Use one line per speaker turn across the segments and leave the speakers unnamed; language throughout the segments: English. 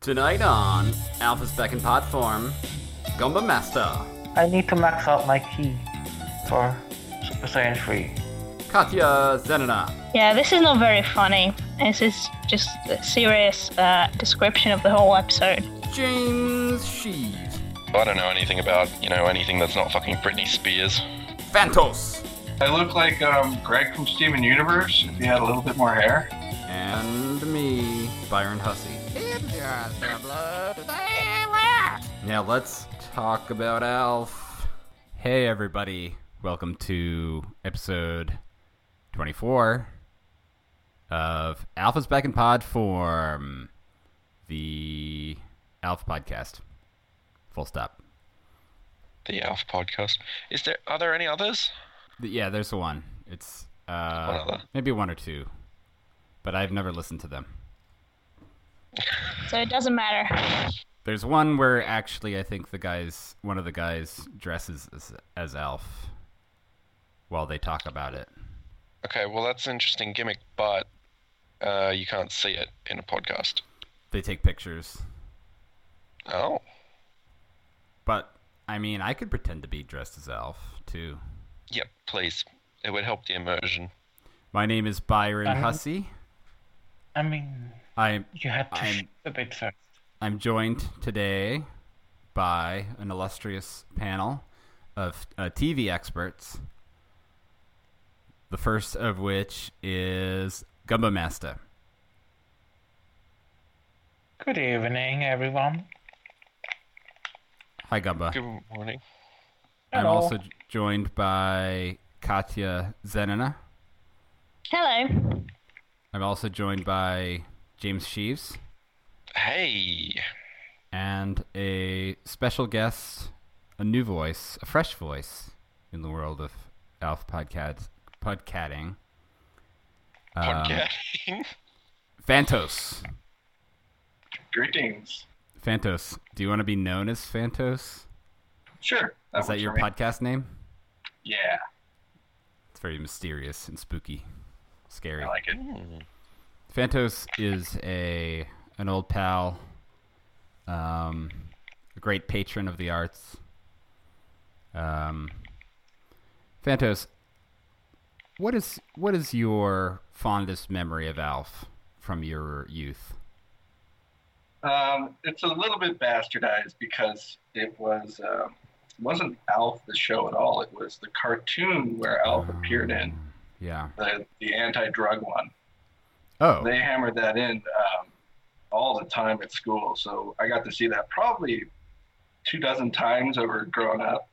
Tonight on Alpha's back in pod form, Gumba Master,
I need to max out my key for Super Saiyan 3.
Katya Zenina,
Yeah, this is not very funny. This is just a serious uh, description of the whole episode.
James Sheaves,
I don't know anything about, you know, anything that's not fucking Britney Spears.
Phantos,
I look like um, Greg from Steven Universe if he had a little bit more hair.
and me, Byron Hussey. Now let's talk about Alf. Hey everybody, welcome to episode 24 of Alpha's Back in Pod Form, the Alpha podcast. Full stop.
The Alf podcast. Is there? Are there any others?
Th- Yeah, there's one. It's uh,
One other.
maybe one or two, but I've never listened to them.
So it doesn't matter.
There's one where actually I think the guys, one of the guys dresses as, as Alf while they talk about it.
Okay, well that's an interesting gimmick, but uh, you can't see it in a podcast.
They take pictures.
Oh,
But I mean, I could pretend to be dressed as Alf too.
yep. Please, it would help the immersion.
My name is Byron
Uh-huh.
Hussey.
I mean,
I'm
you had to
I'm-
sh- a bit first.
I'm joined today by an illustrious panel of uh, TV experts. The first of which is Gumba Master.
Good evening, everyone.
Hi, Gumba.
Good morning.
I'm
Hello.
also j- joined by Katya Zenina.
Hello.
I'm also joined by James Sheaves
Hey,
and a special guest, a new voice, a fresh voice in the world of Alf podcast podcatting. Um,
podcasting.
Phantos.
Greetings.
Phantos. Do you want to be known as Phantos?
Sure.
Is that
works
your
for me.
podcast name?
Yeah,
It's very mysterious and spooky, scary.
I like it.
Phantos is a an old pal, um, a great patron of the arts. Um, Phantos, what is what is your fondest memory of Alf from your youth?
Um, it's a little bit bastardized because it was um, it wasn't Alf the show at all. It was the cartoon where Alf
Ah.
appeared in
Um, Yeah.
the the anti-drug one.
Oh,
They hammered that in um, all the time at school, so I got to see that probably two dozen times over growing up.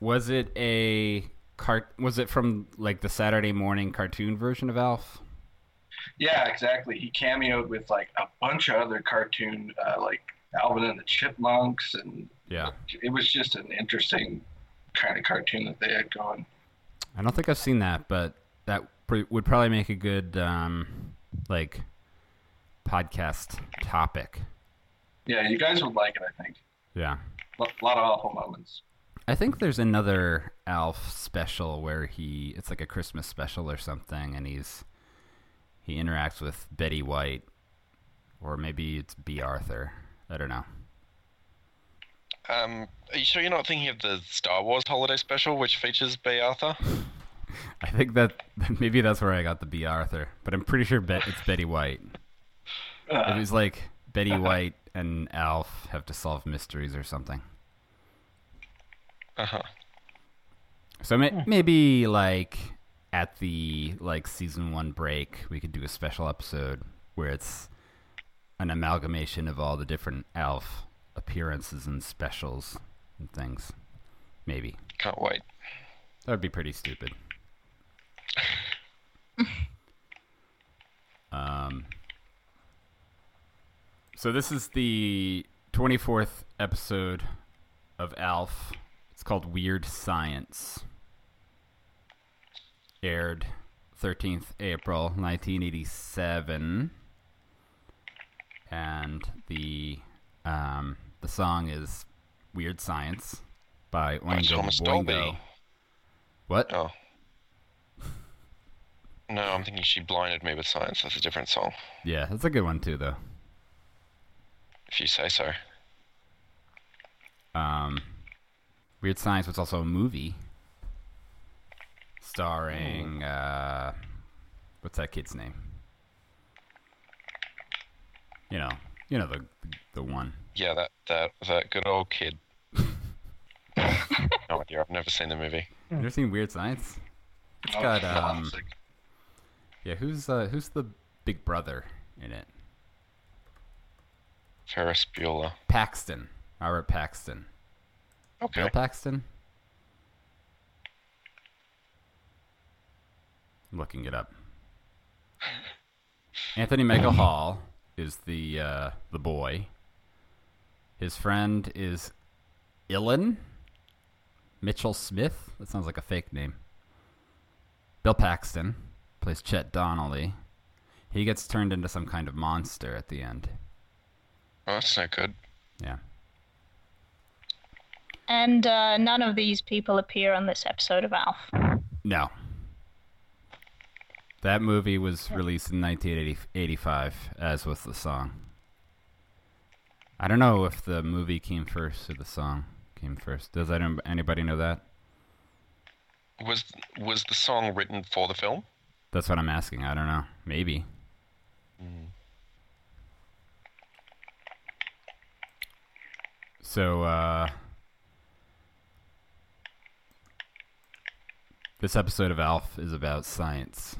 was it a cart? Was it from like the Saturday morning cartoon version of Alf?
Yeah, exactly. He cameoed with like a bunch of other cartoon, uh, like Alvin and the Chipmunks, and
Yeah.
it was just an interesting kind of cartoon that they had going.
I don't think I've seen that, but that pr- would probably make a good um, like podcast topic.
Yeah, you guys would like it, I think.
Yeah,
A lot of awful moments.
I think there's another Alf special where he it's like a Christmas special or something, and he's he interacts with Betty White, or maybe it's B. Arthur. I don't know.
Um, are you sure you're not thinking of the Star Wars holiday special, which features Bay Arthur?
I think that maybe that's where I got the B. Arthur, but I'm pretty sure Bet it's Betty White. It
Uh,
was like Betty White and Alf have to solve mysteries or something.
Uh huh.
So may- maybe like at the like season one break, we could do a special episode where it's an amalgamation of all the different Alf appearances and specials and things. Maybe
Can't wait.
that would be pretty stupid. um. So this is the twenty fourth episode of Alf. It's called Weird Science. Aired thirteenth April nineteen eighty seven. And the um, the song is Weird Science by Oingo
Thomas
Boingo.
Dolby.
What?
Oh. No, I'm thinking she blinded me with science. That's a different song.
Yeah, that's a good one too, though.
if you say so.
Um, Weird Science was also a movie starring uh, what's that kid's name? You know, you know the the one.
Yeah, that that that good old kid. no idea. I've never seen the movie.
You ever seen Weird Science? It's
Hmm. Oh,
got um,
classic.
yeah. Who's uh, who's the big brother in it?
Ferris Bueller.
Paxton, Robert Paxton,
Okay.
Bill Paxton. I'm looking it up. Anthony Michael Hall is the uh, the boy. His friend is Illan Mitchell Smith. That sounds like a fake name. Bill Paxton plays Chet Donnelly. He gets turned into some kind of monster at the end.
Oh, that's no good.
Yeah.
And uh, none of these people appear on this episode of Alf.
No. That movie was released in 1985, as was the song. I don't know if the movie came first or the song came first. Does that, anybody know that?
Was was the song written for the film?
That's what I'm asking. I don't know. Maybe. So, uh, this episode of ALF is about science.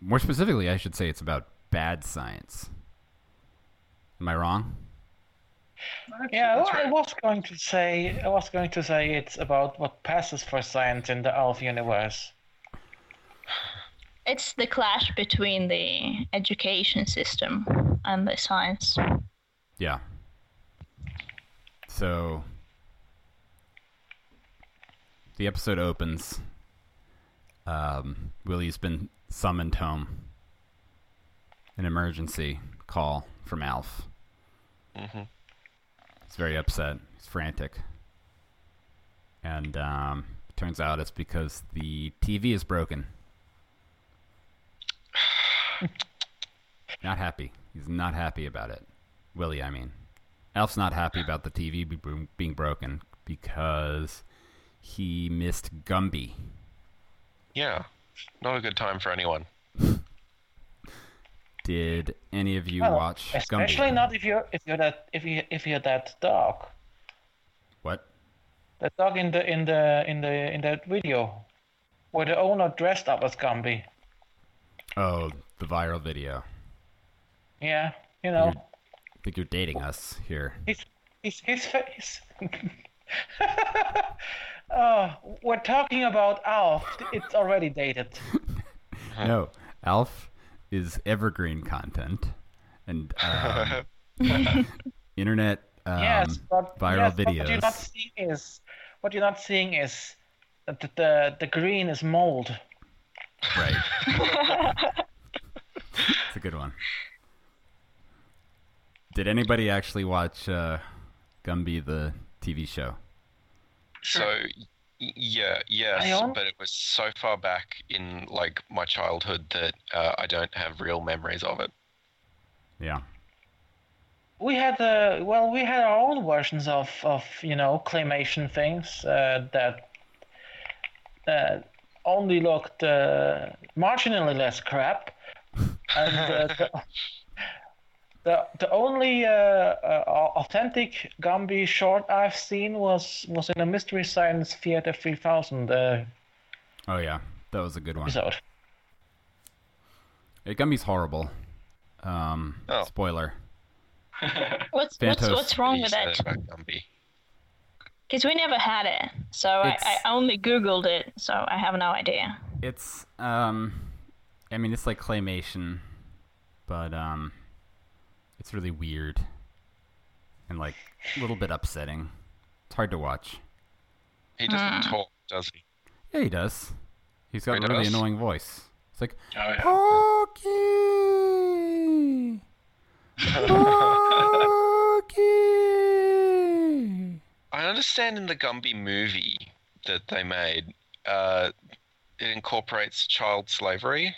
More specifically, I should say it's about bad science. Am I wrong?
Yeah,
That's
well, I
right.
was going to say I was going to say it's about what passes for science in the Alf universe.
It's the clash between the education system and the science.
Yeah. So the episode opens. Um, Willie's been summoned home. An emergency call from Alf.
Mhm.
He's very upset. He's frantic. And um, turns out it's because the TV is broken. not happy. He's not happy about it. Willie, I mean. Alf's not happy about the TV be- bro- being broken because he missed Gumby.
Yeah. Not a good time for anyone.
Did any of you
Well,
watch
Oh, Especially
Gumby?
not if you're if you're that if you if you're that dog.
What?
That dog in the in the in the in that video. Where the owner dressed up as Gumby.
Oh, the viral video.
Yeah, you know.
You're- I think you're dating us here.
His his his face. oh, we're talking about Alf. It's already dated.
No, Alf is evergreen content and um, internet um,
yes, but
viral
yes, but What you're not
videos.
seeing is what you're not seeing is that the the, the green is mold.
Right. It's a good one. Did anybody actually watch uh, Gumby the TV show?
So y- yeah, yes,
Aeon?
but it was so far back in like my childhood that uh, I don't have real memories of it.
Yeah.
We had uh, well, we had our own versions of of you know claymation things uh, that uh, only looked uh, marginally less crap, and uh, the, the the only uh, uh, authentic Gumby short I've seen was was in a Mystery Science Theater 3000 uh,
Oh yeah, that was a good one.
episode.
It Gumby's horrible. Um,
Oh.
spoiler.
What's what's,
Fantos.
what's wrong with
He
it?
said about Gumby.
Because we never had it, so I, I
It's-
only Googled it, so I have no idea.
It's um, I mean it's like claymation, but um, it's really weird and like a little bit upsetting. It's hard to watch.
He doesn't
Hmm.
talk, does he?
Yeah, he does. He's got
He
a really
does?
annoying voice. It's like
Oh, yeah.
Porky, Porky.
I understand in the Gumby movie that they made, uh, it incorporates child slavery,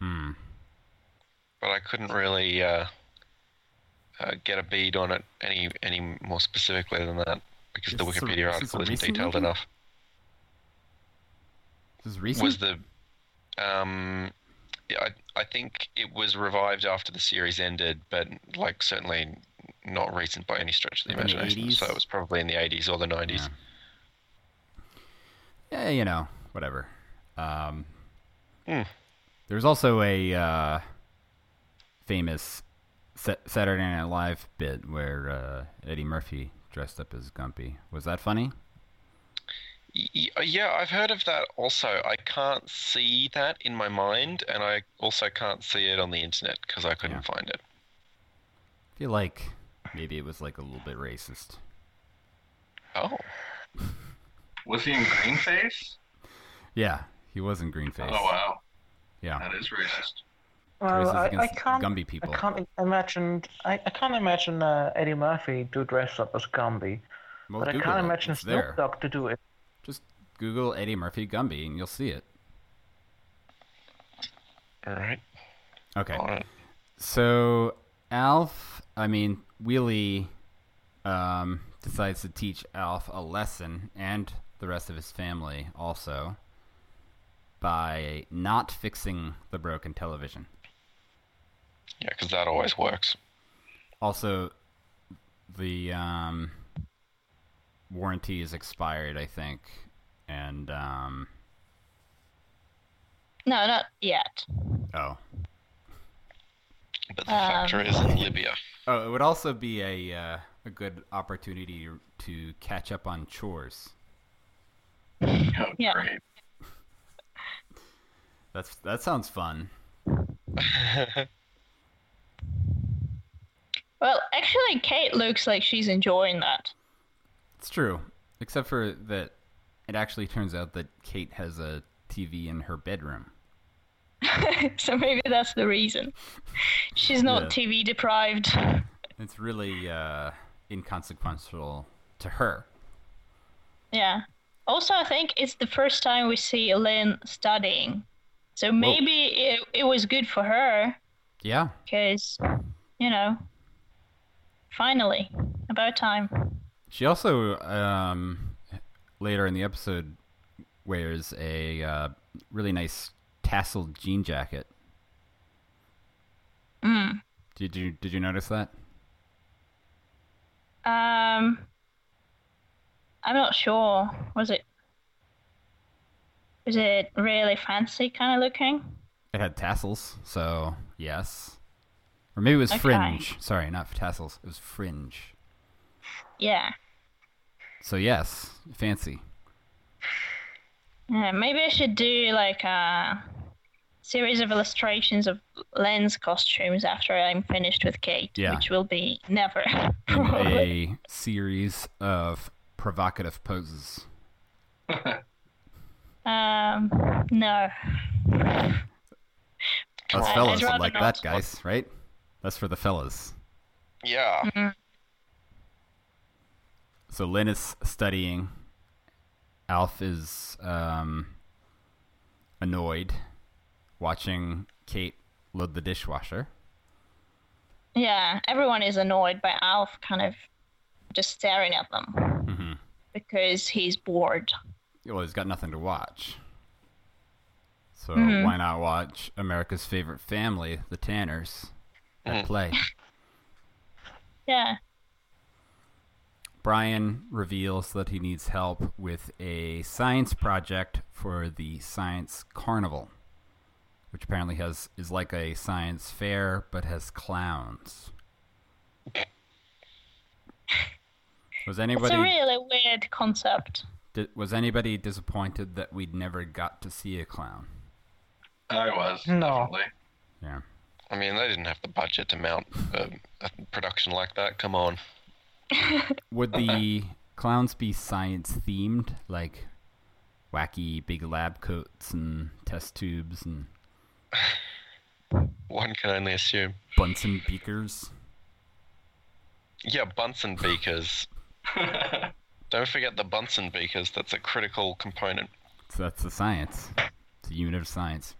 Hmm.
but I couldn't really uh, uh, get a bead on it any any more specifically than that because the
Is this a-
Wikipedia
is this
article
a
isn't
recent
detailed
movie?
enough.
This is recent.
Was the um, yeah, I I think it was revived after the series ended, but like certainly not recent by any stretch of the
Like in the
imagination.
80s?
so it was probably in the 80s or the 90s.
Yeah. yeah, you know, whatever. Um,
Hmm.
There's also a uh, famous Sa- Saturday Night Live bit where uh, Eddie Murphy dressed up as Gumpy. Was that funny?
Y- y- Yeah, I've heard of that also. I can't see that in my mind, and I also can't see it on the internet because I couldn't find it.
I feel like maybe it was like a little bit racist.
Oh,
Was he in Greenface?
Yeah, he was in Greenface.
Oh wow,
Yeah,
that is racist.
Well,
racist
I, I
against
can't.
Gumby people.
I can't imagine. I, I can't imagine uh, Eddie Murphy to dress up as Gumby,
Well,
but I
Google
can't
it.
imagine
Oh, It's
Snoop
there.
Dogg to do it.
Just Google Eddie Murphy Gumby and you'll see it.
all right,
Okay.
all right.
So Alf, I mean Wheelie, um, decides to teach Alf a lesson and the rest of his family also by not fixing the broken television.
Yeah, because that always works.
Also, the um, warranty is expired, I think, and um,
No, not yet.
oh,
But the
Um.
factory is in Libya.
oh, it would also be a uh, a good opportunity to catch up on chores.
Oh,
Yeah.
Great.
That's that sounds fun.
Well, actually, Kate looks like she's enjoying that.
It's true, except for that it actually turns out that Kate has a TV in her bedroom.
so maybe that's the reason. She's not
Yeah.
TV deprived.
It's really uh, inconsequential to her.
Yeah. Also, I think it's the first time we see Elaine studying. So maybe it, it was good for her
Yeah,
because, you know, finally, about time.
she also um, later in the episode wears a uh, really nice tasseled jean jacket.
Mm.
Did you did you notice that?
Um, I'm not sure. Was it? Was it really fancy kind of looking?
It had tassels, so yes. Or maybe it was
Okay.
fringe. Sorry, not tassels. It was fringe.
Yeah.
So yes, fancy.
Yeah, maybe I should do like a series of illustrations of lens costumes after I'm finished with Kate,
Yeah.
which will be never.
in
probably.
a series of provocative poses.
Um, no.
Us
I'd
fellas
rather
like
not.
that, guys, right? That's for the fellas.
Yeah,
So Lynn is studying. Alf is um, annoyed, watching Kate load the dishwasher.
Yeah, everyone is annoyed by Alf kind of just staring at them
Mm-hmm.
because he's bored.
Well, he's got nothing to watch. So
Mhm.
why not watch America's favorite family, the Tanners, at
Mm.
play?
Yeah.
Brian reveals that he needs help with a science project for the science carnival, which apparently has is like a science fair but has clowns. Was
It's a
anybody
really weird concept.
di- was anybody disappointed that we'd never got to see a clown?
I was
No.
definitely.
Yeah.
I mean they didn't have the budget to mount a, a production like that. Come on.
Would the clowns be science themed, like wacky big lab coats and test tubes and
One can only assume.
Bunsen beakers?
Yeah, Bunsen beakers. Don't forget the Bunsen beakers. That's a critical component.
So that's the science. It's a unit of science.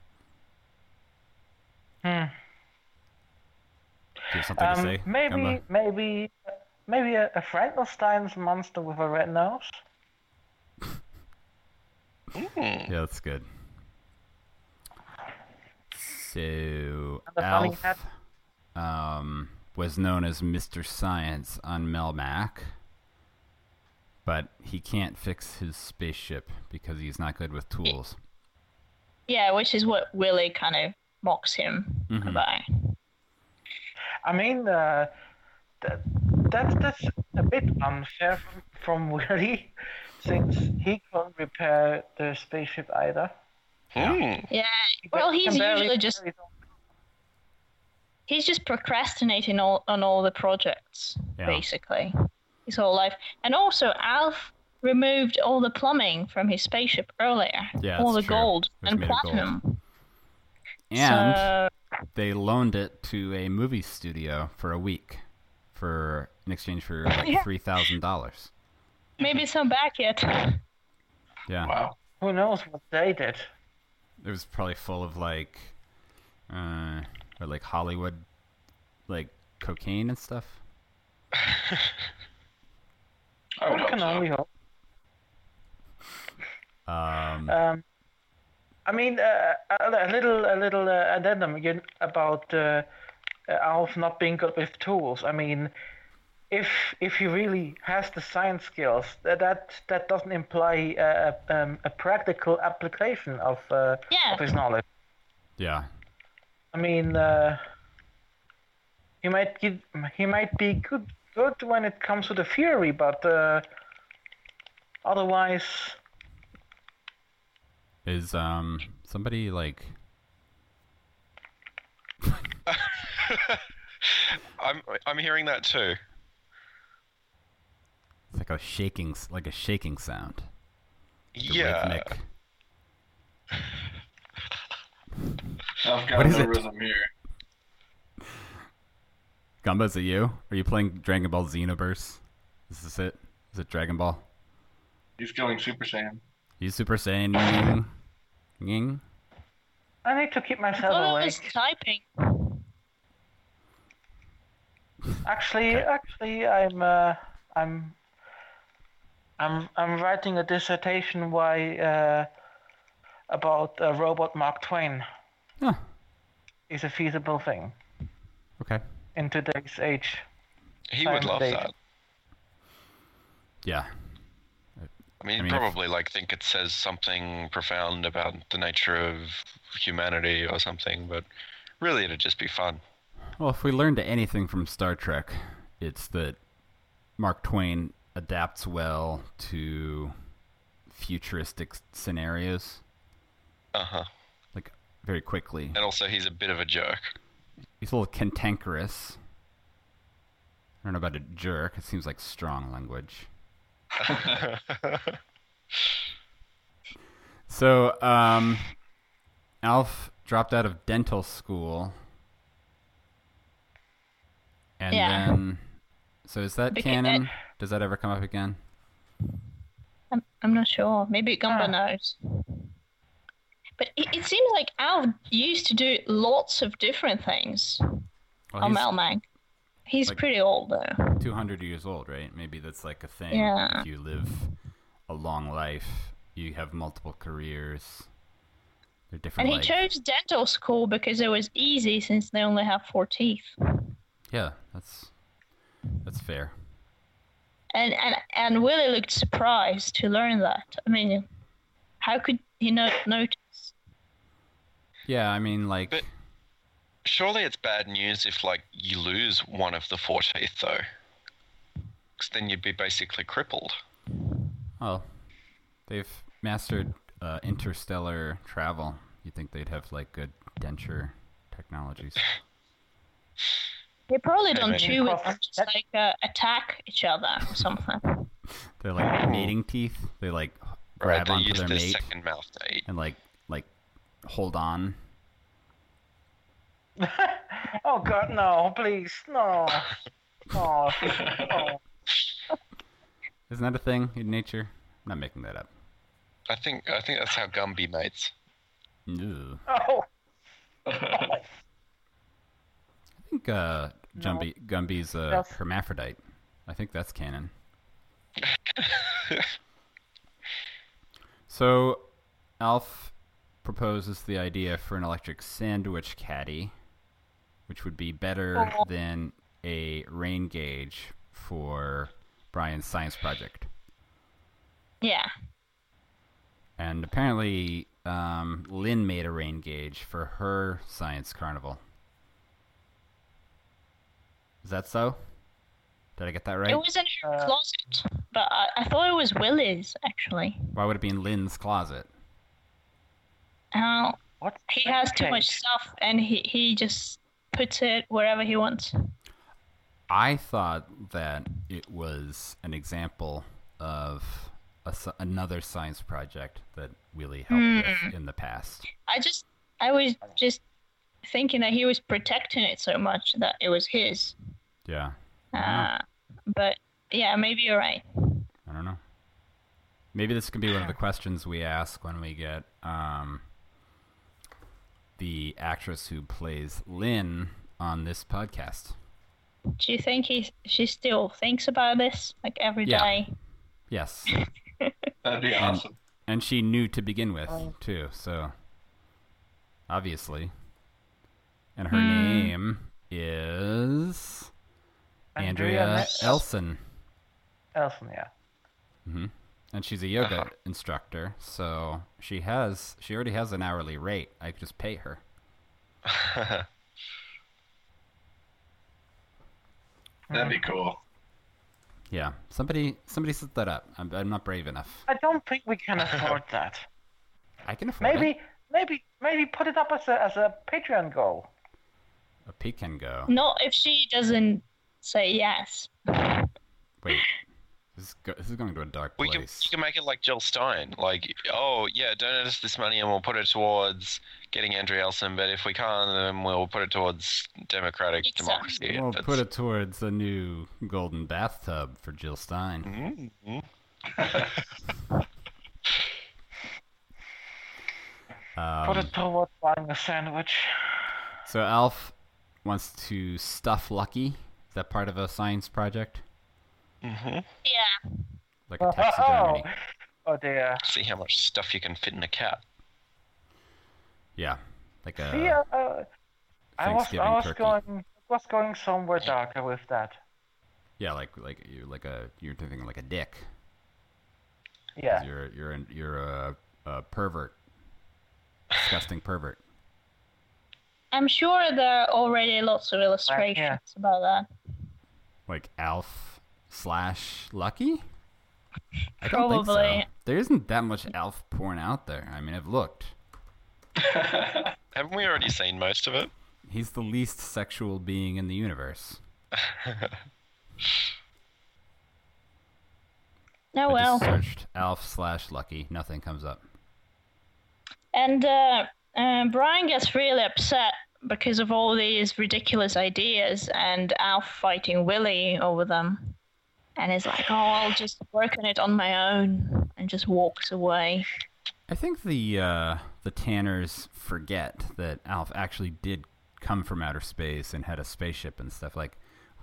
Hmm.
Do you have something to
Um,
say?
maybe,
Gemma?
maybe, maybe a, a Frankenstein's monster with a red nose.
Mm.
Yeah, that's good. So
the funny
Alf
hat.
um, was known as Mr. Science on Melmac, but he can't fix his spaceship because he's not good with tools.
Yeah, which is what Willy kind of mocks him
Mhm.
about.
I mean, uh, that, that's that's a bit unfair from, from Willy, since he can't repair the spaceship either.
Mm.
Yeah.
He
Well,
can
he's
barely
usually just
carry it on.
he's just procrastinating all, on all the projects
Yeah.
basically his whole life and also alf removed all the plumbing from his spaceship earlier
Yeah,
all the
that's true.
gold
It was
and
made of gold.
platinum
And
so
they loaned it to a movie studio for a week, for in exchange for like
Yeah.
three thousand dollars.
maybe it's not back yet
Yeah.
Wow.
Who knows what they did?
it was probably full of like uh or like hollywood like cocaine and stuff
I
Oh,
would
I
hope
can
so.
only hope.
um
Um, I mean, uh, a, a little, a little uh, addendum again about uh, uh, Alf not being good with tools. I mean, if if he really has the science skills, that that, that doesn't imply a, a, um, a practical application of uh,
Yeah.
of his knowledge.
yeah
I mean, uh, he might give, he might be good good when it comes to the theory, but uh, otherwise,
is um somebody like
I'm I'm hearing that too.
it's like a shaking s- like a shaking sound like a
yeah.
rhythmic
I've got
What is
no
it?
rhythm here.
gumba is it you are you playing dragon ball xenoverse is this it is it dragon ball
He's going Super Saiyan.
you super saiyan Ying? Ying?
I need to keep myself
well
awake.
was typing
Actually,
Okay.
actually, I'm uh, I'm I'm I'm writing a dissertation why uh, about uh, robot Mark Twain
Huh.
is a feasible thing
okay
in today's age.
He would
Same
love
thing.
that.
yeah
I mean,
I mean, if-
probably like think it says something profound about the nature of humanity or something, but really it'd just be fun.
Well, if we learned anything from Star Trek, it's that Mark Twain adapts well to futuristic s- scenarios
Uh huh.
like very quickly.
And also, he's a bit of a jerk.
He's a little cantankerous. I don't know about a jerk. It seems like strong language. So, um, Alf dropped out of dental school, and
Yeah.
then so is that
Beca-
canon? Does that ever come up again?
I'm, I'm not sure maybe gumba
Ah.
knows but it, it seems like alf used to do lots of different things
Well,
on
he's-
melmac he's
like-
pretty old though
200 years old, right? Maybe that's like a thing.
Yeah.
If you live a long life, you have multiple careers. They're different.
And he
like-
chose dental school because it was easy since they only have four teeth.
Yeah, that's that's fair.
And and and Willie looked surprised to learn that. I mean, how could he not notice?
Yeah, I mean, like,
But- Surely it's bad news if like you lose one of the four teeth, though, 'Cause then you'd be basically crippled.
well, they've mastered uh, interstellar travel. You think they'd have like good denture technologies?
They probably
Yeah,
don't
maybe.
chew it;
Well,
they just like uh, attack each other or something.
They're like mating teeth. They like h- grab
they
onto
use
their
their
mate
second mouth to eat.
and like like hold on.
Oh God, no! Please, no! Oh, oh.
Isn't that a thing in nature? I'm not making that up.
I think I think that's how Gumby mates.
No.
oh.
I think uh, Gumby Gumby's a
Yes.
hermaphrodite. I think that's canon. so, Alf proposes the idea for an electric sandwich caddy, which would be better
Oh.
than a rain gauge for Brian's science project.
Yeah.
And apparently, um, Lynn made a rain gauge for her science carnival. Is that so? Did I get that right?
It was in her
Uh,
closet, but I, I thought it was Willie's actually.
Why would it be in Lynn's closet?
Oh,
What?
he has too much
Okay.
stuff, and he he just puts it wherever he wants.
I thought that it was an example of a s another science project that Willie helped
Hmm.
with in the past.
I just I was just thinking that he was protecting it so much that it was his.
Yeah, Mm-hmm.
Uh, but yeah, maybe you're right.
I don't know. Maybe this can be one of the questions we ask when we get um, the actress who plays Lynn on this podcast.
Do you think he she still thinks about this like every day?
Yeah. Yes,
That'd be
And-
awesome.
and she knew to begin with too, so obviously. And her name is Andrea,
Andrea
Elson,
Elson, yeah.
and she's a yoga instructor. So she has she already has an hourly rate. I could just pay her.
That'd be
Mm-hmm.
cool.
Yeah, somebody somebody set that up. I'm, I'm not brave enough.
I don't think we can afford that.
I can afford it.
Maybe, maybe, maybe put it up as a as a Patreon goal.
a peak can go.
Mm.
Not if she doesn't say yes.
Wait, this is, go- this is going to a dark
We can,
place.
you can make it like Jill Stein. Like, oh, yeah, donate us this money and we'll put it towards getting Andrew Elson, but if we can't, then we'll put it towards democratic
Exactly.
democracy.
We'll
If it's-
put it towards a new golden bathtub for Jill Stein.
Mhm. Mm.
Um,
Put it toward buying a sandwich.
So Alf wants to stuff Lucky. Is that part of a science project?
mm-hmm.
Yeah.
Like a taxidermy?
Oh dear.
See how much stuff you can fit in a cat.
Yeah, like a
See, uh, uh, I was
Thanksgiving
I was
turkey.
going was going somewhere darker with that.
yeah, like like you like a you're thinking like a dick. 'Cause
Yeah.
You're you're an, you're a, a pervert, disgusting pervert.
I'm sure there are already lots of illustrations about that.
Like Alf slash Lucky. I don't think so.
Probably.
There isn't that much Alf porn out there. I mean, I've looked.
Haven't we already seen most of it?
He's the least sexual being in the universe.
Oh
I
well.
just searched Alf slash Lucky. Nothing comes up.
And uh, uh, Brian gets really upset because of all these ridiculous ideas and Alf fighting Willie over them. And he's like, oh, I'll just work on it on my own and just walks away.
I think the uh, the Tanners forget that Alf actually did come from outer space and had a spaceship and stuff. Like,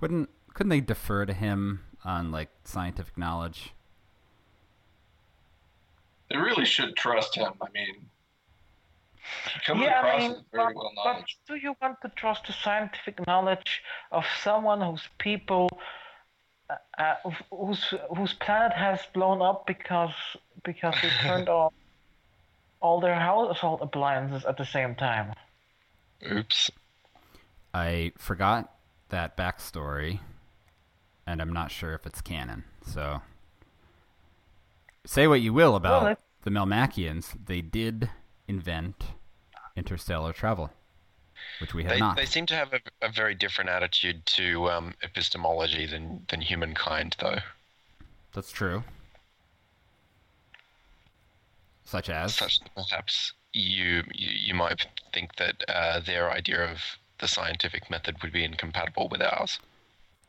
wouldn't couldn't they defer to him on like scientific knowledge?
They really should trust him. I mean, coming
Yeah, I
across
mean,
as
but,
very well
but
knowledge.
do you want to trust the scientific knowledge of someone whose people, uh, uh, whose whose planet has blown up because because they turned off all their household appliances at the same time?
Oops.
I forgot that backstory, and I'm not sure if it's canon. So, say what you will about
Well, it-
the Melmacians, they did invent interstellar travel, which we have
They,
not.
they seem to have a, a very different attitude to um, epistemology than, than humankind, though.
That's true. Such as
such that perhaps you, you you might think that uh, their idea of the scientific method would be incompatible with ours.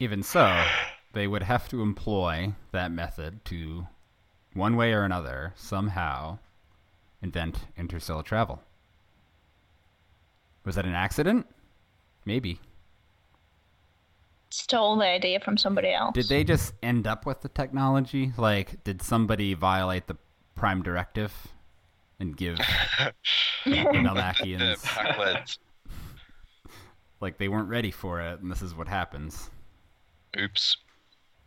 even so, they would have to employ that method to one way or another somehow invent interstellar travel. Was that an accident? Maybe.
stole the idea from somebody else.
Did they just end up with the technology? Like, did somebody violate the Prime Directive and give the
The
Melmacians
pack leads.
like they weren't ready for it, and this is what happens?
Oops.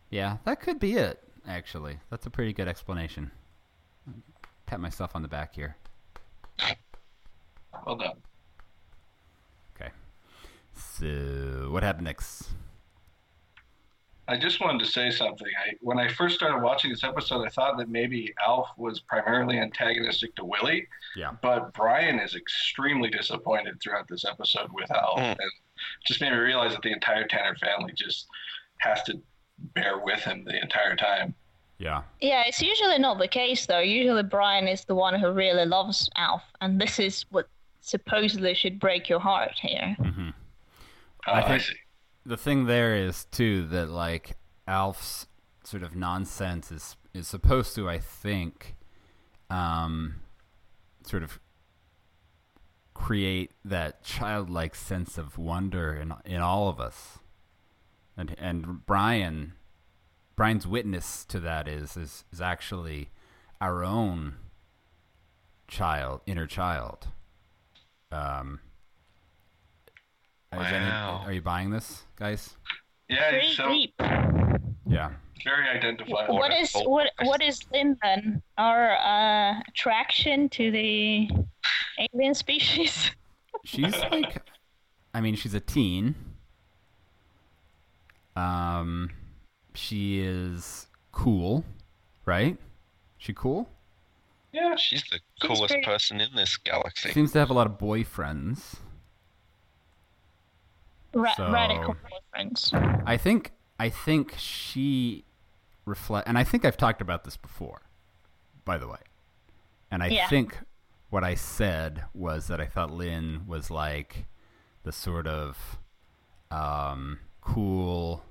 Yeah, that could be it. Actually, that's a pretty good explanation. Pat myself on the back here.
Well done.
Okay. So, what happened next?
I just wanted to say something. I, when I first started watching this episode, I thought that maybe Alf was primarily antagonistic to Willie,
Yeah.
but Brian is extremely disappointed throughout this episode with Alf,
Mm-hmm.
Mm.
and just made me realize that the entire Tanner family just has to bear with him the entire time.
Yeah.
Yeah, it's usually not the case though. Usually Brian is the one who really loves Alf, and this is what supposedly should break your heart here.
hmm
Oh,
I
I,
think-
see.
the thing there is too that like Alf's sort of nonsense is is supposed to, I think, um, sort of create that childlike sense of wonder in in all of us, and and Brian, Brian's witness to that is is is actually our own child, inner child. Um. is any-
Wow.
are you buying this, guys?
Yeah,
Pretty
he's so
deep.
Yeah.
very identifiable.
What is what what is in then? Our uh, attraction to the alien species?
She's like I mean, she's a teen. Um she is cool, right? She cool?
Yeah, she-
She's the coolest
pretty-
person in this galaxy.
Seems to have a lot of boyfriends.
Ra-
So-
Radical preference.
I think I think she reflect and I think I've talked about this before, by the way. And I
Yeah.
think what I said was that I thought Lynn was like the sort of um, cool,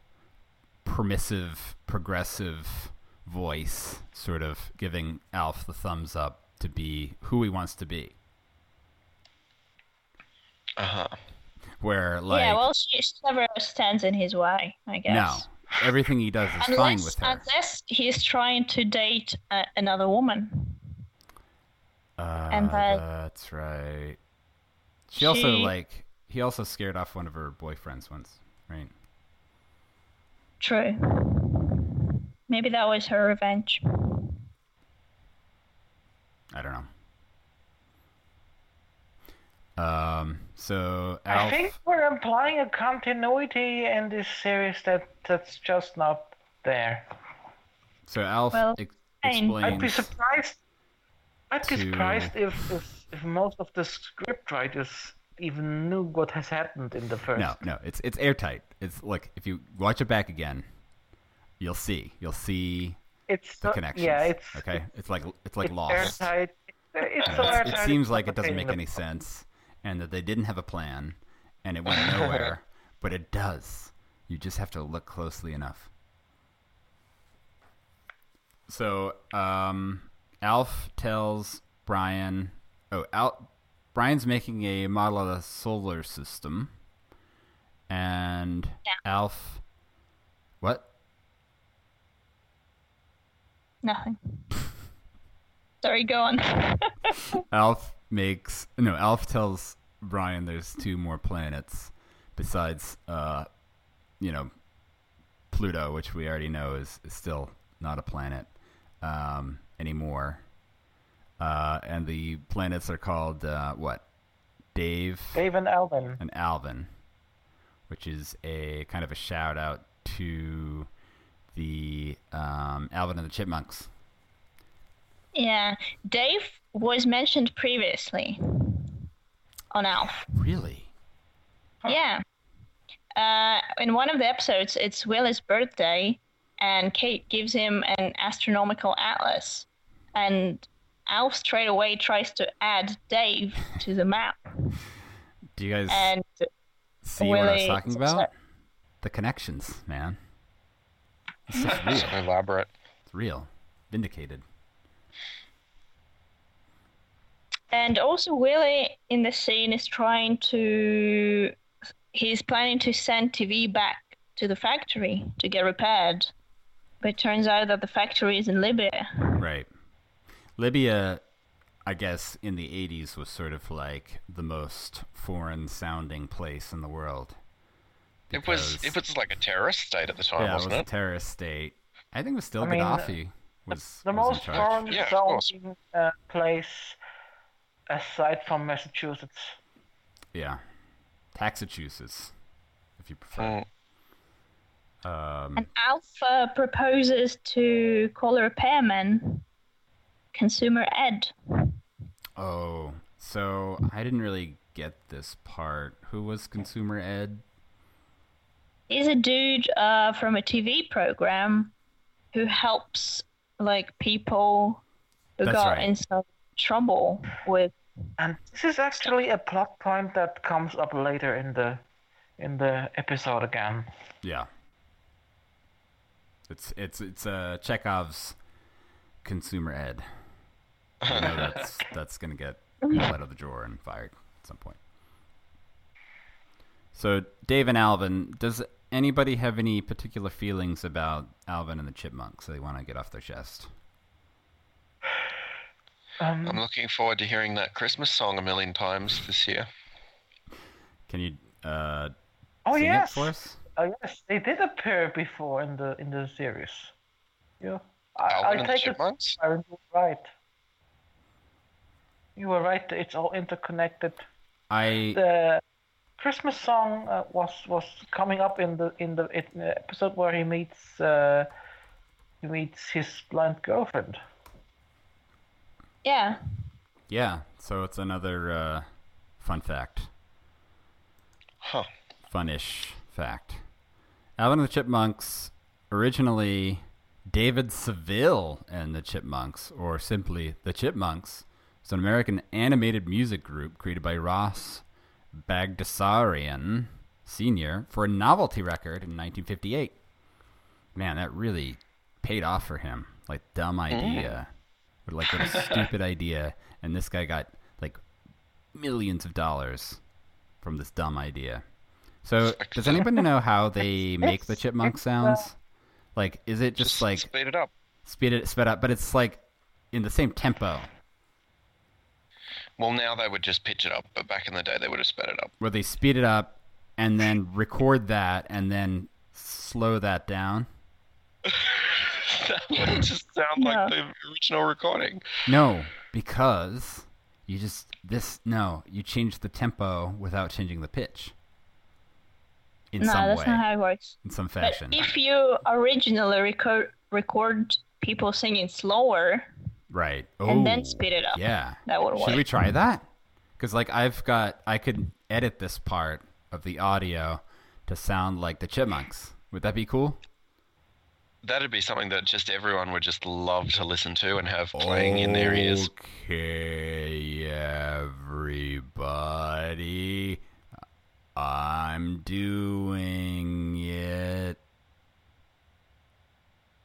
permissive, progressive voice, sort of giving Alf the thumbs up to be who he wants to be.
Uh huh.
Where like
yeah, well, she, she never stands in his way, I guess.
no, everything he does is fine
Unless,
with her.
unless he's trying to date uh, another woman.
Uh,
And that-
that's right. She also
She-
like he also scared off one of her boyfriends once, right?
True. Maybe that was her revenge.
I don't know. Um. So
I
Alf,
think we're implying a continuity in this series that that's just not there.
so Alf
Well,
ex-
fine.
I'd be
explains.
surprised. I'd be
To-
surprised if, if if most of the script writers even knew what has happened in the first.
No, no, it's it's airtight. It's look if you watch it back again, you'll see. You'll see
It's
the
so-
connections.
Uh, Yeah, it's
okay. It's like it's like
it's
lost.
Airtight. It's so
It's-
airtight,
it seems
it's
like it doesn't
complicated.
make any sense and that they didn't have a plan and it went nowhere but it does you just have to look closely enough so um, alf tells brian oh Al, brian's making a model of the solar system and alf what
Nothing. Sorry, go on.
Alf makes no. Alf tells Brian there's two more planets besides, uh, you know, Pluto, which we already know is, is still not a planet um, anymore. Uh, and the planets are called uh, what? Dave
Dave and Alvin.
and Alvin, which is a kind of a shout out to the um, Alvin and the Chipmunks.
Yeah, Dave was mentioned previously on Alf.
Really?
Yeah. Uh, in one of the episodes, it's Willie's birthday, and Kate gives him an astronomical atlas, and Alf straight away tries to add Dave to the map,
Do you guys
and
see what I was
Willie-
talking about? the connections, man. This stuff's
So
real.
elaborate.
It's real. Vindicated.
And also, Willie in the scene is trying to. He's planning to send TV back to the factory to get repaired. But it turns out that the factory is in Libya.
Right. Libya, I guess, in the 80s was sort of like the most foreign sounding place in the world.
It was it was like a terrorist state at the time,
yeah, it was
wasn't
a
it?
terrorist state. I think it was still
I mean, uh,
Gaddafi.
The-
was, was
the
in
most
charge.
foreign
Yeah, of course.
sounding uh, place aside from Massachusetts.
Yeah. Taxachusetts, if you prefer.
Mm. Hmm.
Um,
And Alpha proposes to call a repairman, Consumer Ed.
Oh, so I didn't really get this part. Who was Consumer Ed?
He's a dude uh, from a TV program who helps like people who
That's
got
right.
in some trouble with.
And this is actually a plot point that comes up later in the in the episode again.
Yeah. It's it's it's uh, Chekhov's Consumer Ed. I know that's that's gonna get pulled out of the drawer and fired at some point. So Dave and Alvin, does anybody have any particular feelings about Alvin and the Chipmunks they want to get off their chest?
Um,
I'm looking forward to hearing that Christmas song a million times this year.
Can you uh,
oh
sing
yes,
it for us?
oh yes, they did appear before in the in the series. Yeah, I,
Alvin
I
and the
take it.
Chipmunks?
Byron, you were right. You were right. It's all interconnected.
I
The Christmas song uh, was was coming up in the in the, in the episode where he meets uh, he meets his blind girlfriend.
Yeah,
Yeah, so it's another uh, fun fact,
Huh.
fun-ish fact. Alvin and the Chipmunks originally David Seville and the Chipmunks, or simply the Chipmunks, is an American animated music group created by Ross Bagdasarian Sr. for a novelty record in 1958. Man, that really paid off for him. Like dumb idea, Or, like what a stupid idea, and this guy got like millions of dollars from this dumb idea. So, does anybody know how they make the chipmunk
uh,
sounds? Like, is it just like
speed it up.
speed it sped up? But it's like in the same tempo.
Well, now they would just pitch it up, but back in the day they would have sped it up.
where they speed it up and then record that and then slow that down.
that would just sound like the original recording.
No, because you just this no, you change the tempo without changing the pitch. In
no,
some
that's
way,
not how it works.
in some
But
fashion,
if you originally record record people singing slower,
right?
and then
Oh,
speed it up.
Yeah,
that would
Should we
work.
try that? Because like I've got, I could edit this part of the audio to sound like the Chipmunks. Would that be cool?
That'd be something that just everyone would just love to listen to and have playing in their ears.
Okay, everybody. I'm doing it.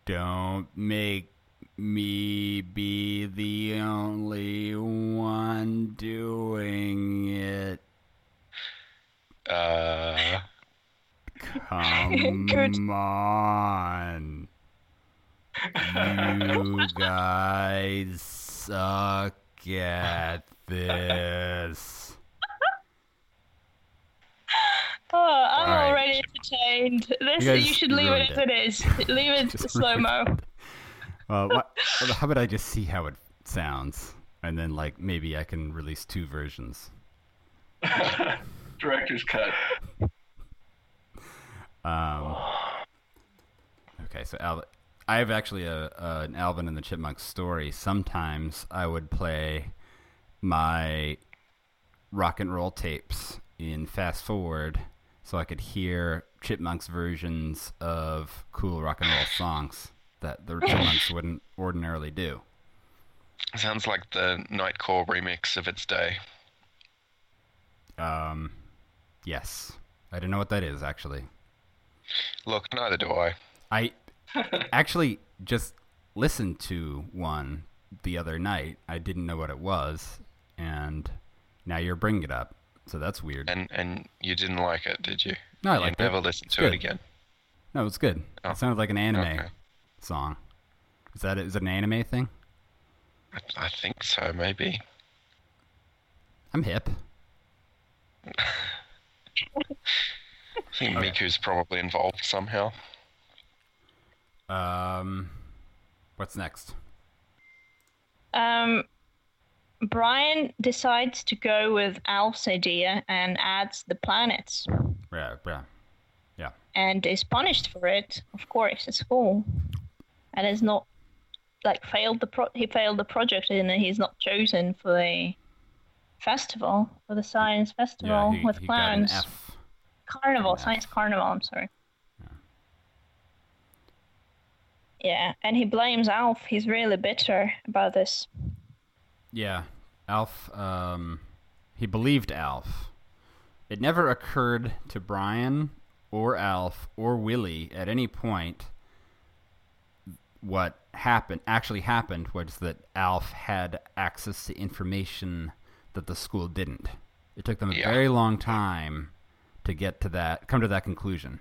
Don't make me be the only one doing it. Oh.
Uh,
Come on. You guys suck at this.
Oh, I'm
Alright.
already entertained. This
You
you,
guys
should leave it
ruined
as it is. Leave it
Just
slow mo.
Uh, what, how about I just see how it sounds? And then, like, maybe I can release two versions.
Director's cut.
Um, okay, so Al- I have actually a, a an Alvin and the Chipmunks story. Sometimes I would play my rock and roll tapes in fast forward, so I could hear Chipmunks versions of cool rock and roll songs that the Chipmunks wouldn't ordinarily do.
sounds like the Nightcore remix of its day.
Um, yes, I don't know what that is actually.
Look, neither do I.
I actually just listened to one the other night. I didn't know what it was, and now you're bringing it up, so that's weird.
And and you didn't like it, did you?
No, I
you
liked it.
never listened
It's
to it
good.
again.
No, it's good.
Oh.
It sounded like an anime
Okay.
song. Is that is it an anime thing?
I, I think so, maybe.
I'm hip.
I think Miku's probably involved somehow.
Um, what's next?
Um, Brian decides to go with Alf's idea and adds the planets
Yeah, yeah.
and is punished for it, of course, at school. And is not like failed the pro- he failed the project and he's not chosen for the festival for the science festival
yeah he,
with
he got an
clowns
F.
carnival
An
science
F.
carnival i'm sorry yeah and he blames alf he's really bitter about this
Yeah, Alf. Um, he believed Alf. It never occurred to Brian or Alf or Willie at any point what happened actually happened was that Alf had access to information that the school didn't. It took them a
Yeah.
very long time to get to that come to that conclusion.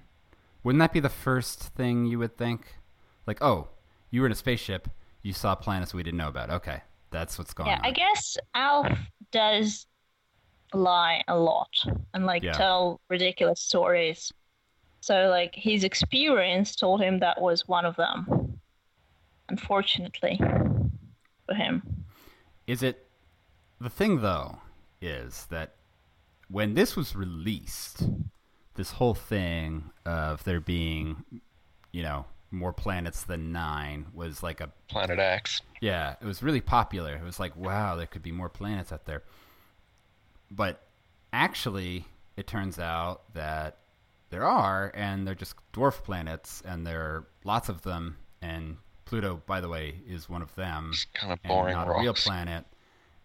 Wouldn't that be the first thing you would think? Like, oh, you were in a spaceship, you saw planets we didn't know about. Okay. That's what's going
yeah
on.
i guess alf does lie a lot and like
Yeah.
tell ridiculous stories so like his experience told him that was one of them unfortunately for him
Is it the thing though is that when this was released, this whole thing of there being, you know, more planets than nine was like a
Planet X.
yeah, it was really popular. It was like, wow, there could be more planets out there. But actually, it turns out that there are, and they're just dwarf planets, and there are lots of them. And Pluto, by the way, is one of them
Just kind of
and
boring
not
rocks.
a real planet.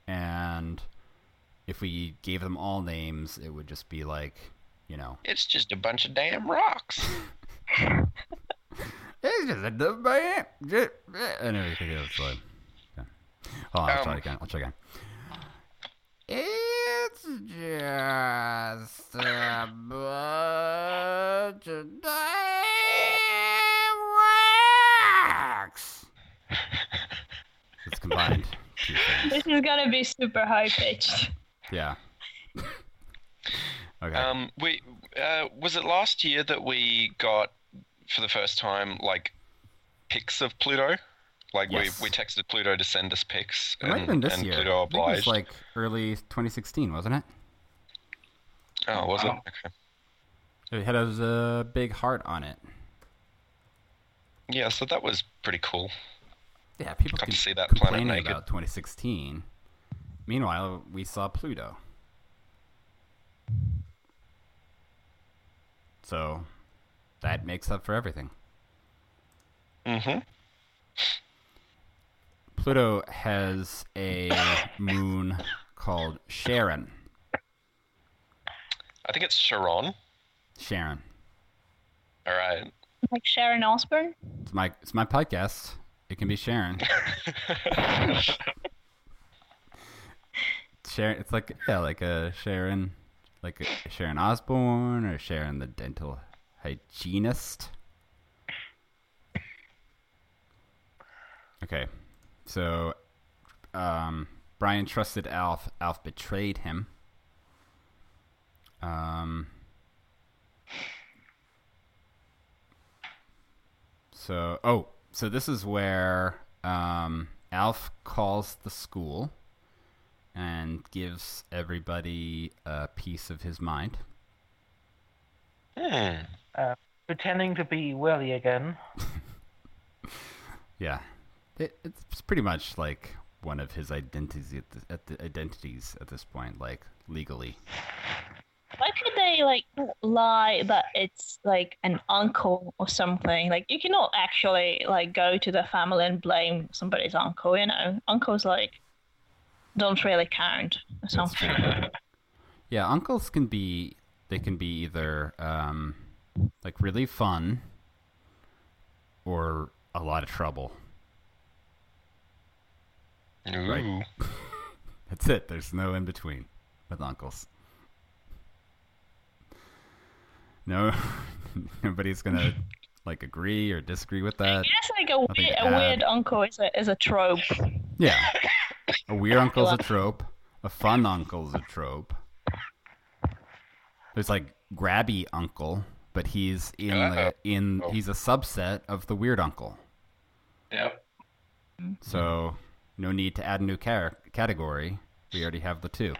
And if we gave them all names, it would just be like, you know,
It's just a bunch of damn rocks.
it's just a dumb man. Just- I never could get it slide. Okay. Hold on, I'll try
Um,
again. I'll try again. It's just a bunch of damn rocks. It's combined. two things.
this is gonna be super high pitched
Yeah. okay.
Um, we uh, was it last year that we got for the first time like pics of Pluto? Like
Yes.
we, we texted Pluto to send us pics,
It
and,
might have been this
and
year.
Pluto
I think it was
obliged.
like early 2016, wasn't it?
oh, was it?
Wow.
Okay.
It had a uh, big heart on it.
Yeah, so that was pretty cool.
Yeah, people
Got to
keep
see that planet
complaining
naked.
about 2016. Meanwhile, we saw Pluto. So that makes up for everything.
hmm
Pluto has a moon called Sharon.
I think it's Charon.
Sharon.
All right.
like sharon osbourne
It's my it's my podcast. It can be Sharon. Sharon, it's like yeah, like a Sharon, like a Sharon Osborne or Sharon the dental hygienist. Okay, so um, Brian trusted Alf. Alf betrayed him. Um. So oh, so this is where um, Alf calls the school and gives everybody a piece of his mind.
Hmm.
Pretending to be Willie again.
Yeah, it, it's pretty much like one of his identities at, the, at the identities at this point, like legally.
why could they like lie that it's like an uncle or something like you cannot actually like go to the family and blame somebody's uncle you know uncles like don't really count or something
Yeah, uncles can be they can be either um, like really fun or a lot of trouble. Right.
Ooh.
That's it. There's no in between with uncles. No, nobody's gonna like agree or disagree with that?
That's like a
think
weird,
Ab-
a weird uncle is a, is a trope.
Yeah. A weird uncle's a
Love it.
trope. A fun uncle's a trope. There's like grabby uncle, but he's in the in he's a subset of the weird uncle.
Yep.
So no need to add a new car- category. We already have the two.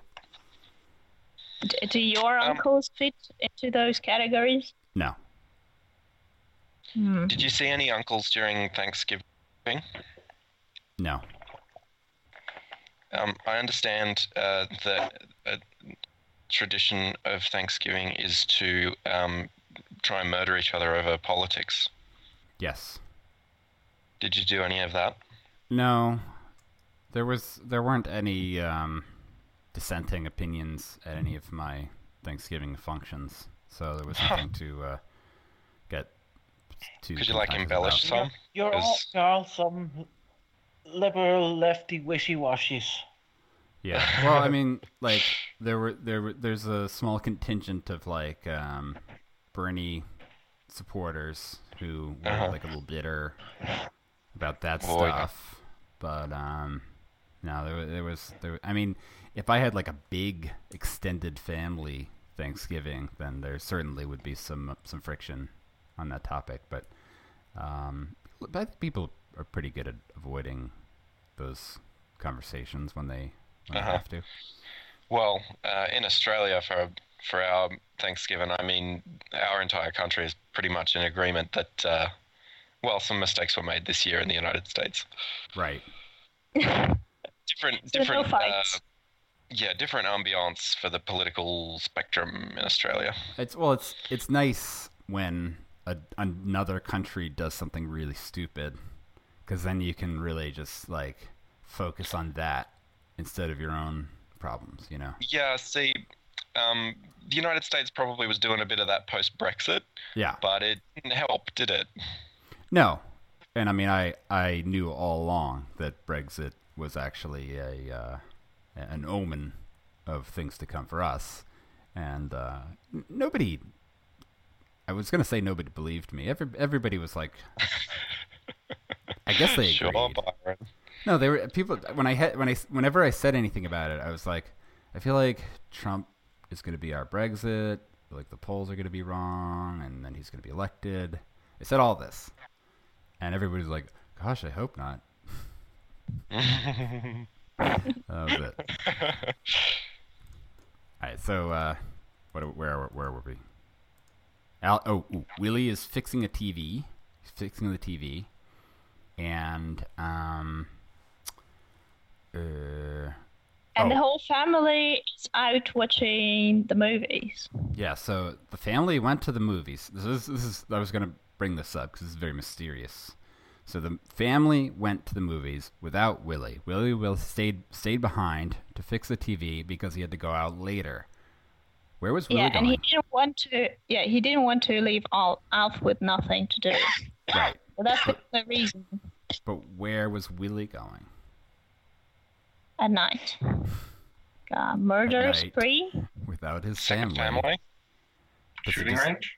D- do your
Um,
uncles fit into those categories?
No.
Hmm.
Did you see any uncles during Thanksgiving?
No.
Um, I understand uh, that a tradition of Thanksgiving is to um, try and murder each other over politics.
Yes.
Did you do any of that?
No, there was there weren't any um, dissenting opinions at any of my Thanksgiving functions, so there was nothing to uh, get to.
Could you like
contentious
embellish
about.
some?
You're all,
Is-
you're all some liberal lefty wishy washies.
Yeah. Well, I mean, like there were there were there's a small contingent of like um, Bernie supporters who were
Uh-huh.
like a little bitter about that
Oh, yeah.
stuff, but um, no, there, wa- there was there. I mean, if I had like a big extended family Thanksgiving, then there certainly would be some some friction on that topic. But um, but I think people are pretty good at avoiding those conversations when they when
Uh-huh.
they have to.
Well, uh, in Australia for for our Thanksgiving, I mean, our entire country is pretty much in agreement that, uh, well, some mistakes were made this year in the United States.
Right.
Different,
There's no
different, uh,
fights.
yeah, different ambiance for the political spectrum in Australia.
It's well, it's it's nice when a, another country does something really stupid, because then you can really just like focus on that instead of your own problems. You know.
Yeah, see, um, the United States probably was doing a bit of that post Brexit,
Yeah.
but it didn't help, did it?
No. And I mean, I I knew all along that Brexit was actually a uh, an omen of things to come for us, and uh, n- nobody. I was gonna say nobody believed me. Every, everybody was like, I guess they
Sure,
agreed.
Byron.
No, they were people. When I had when I whenever I said anything about it, I was like, I feel like Trump is going to be our Brexit. Like the polls are going to be wrong, and then he's going to be elected. I said all this, and everybody's like, "Gosh, I hope not." that was it. all right, so uh, what? Where where were we? Al, oh, ooh, Willie is fixing a TV. He's fixing the TV and um, uh,
And
Oh.
the whole family is out watching the movies.
yeah. So the family went to the movies. This is this is I was gonna bring this up because it's very mysterious. So the family went to the movies without Willie. Willie will stayed stayed behind to fix the TV because he had to go out later. Where was Willie
yeah,
going?
and he didn't want to. Yeah, he didn't want to leave Al- Alf with nothing to do.
Right.
Well, that's the, the reason.
But where was Willie going?
At night, uh, murder
night.
spree.
Without his
Second
family.
family.
Does he
Shooting
just-
range?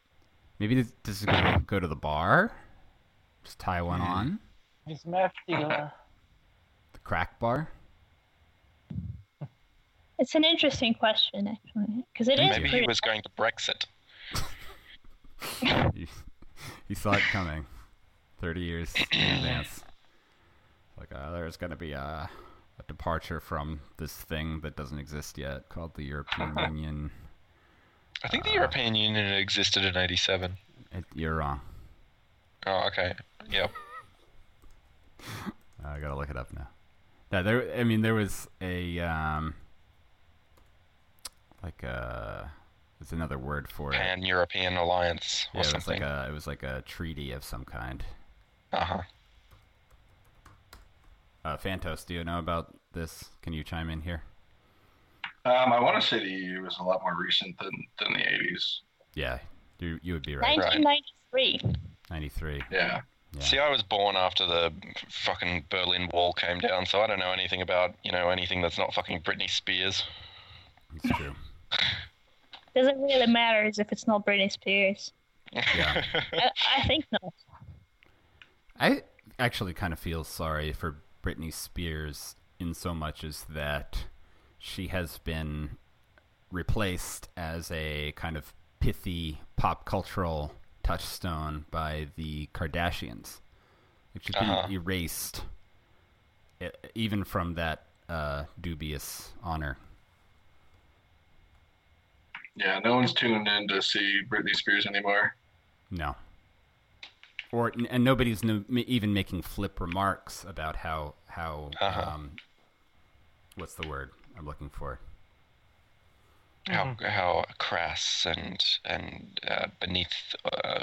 Maybe does, does he go, go to the bar? Just tie one on
He's uh, meth dealer.
the crack bar.
It's an interesting question, actually, because it is.
Thank
Maybe
pretty-
he was going to Brexit.
he, he saw it coming 30 years in advance. Like, uh, there's going to be a, a departure from this thing that doesn't exist yet called the European
Uh-huh.
Union.
I think the
Ah.
European Union existed in '87.
It, you're wrong.
Oh, okay. Yep.
Uh, I got to look it up now. No, there. I mean, there was a um, like a. There's another word for it.
Pan European Alliance
Yeah, it
or
was like
something.
a. It was like a treaty of some kind.
Uh huh.
Uh, Phantos, do you know about this? Can you chime in here?
Um, I want to say the EU was a lot more recent than, than the 80s.
Yeah, you you would be right.
1993.
Ninety three.
Yeah.
Yeah.
See, I was born after the fucking Berlin Wall came down, so I don't know anything about you know anything that's not fucking Britney Spears.
It's true.
Doesn't really matter if it's not Britney Spears.
Yeah.
I, I think not.
I actually kind of feel sorry for Britney Spears in so much as that she has been replaced as a kind of pithy pop cultural touchstone by the Kardashians. Like she's been
Uh-huh.
erased, e- even from that uh, dubious honor.
Yeah, no one's tuned in to see Britney Spears anymore.
No. Or and nobody's no, m- even making flip remarks about how how
Uh-huh.
um, what's the word I'm looking for?
how
Mm-hmm.
how crass and and uh, beneath uh,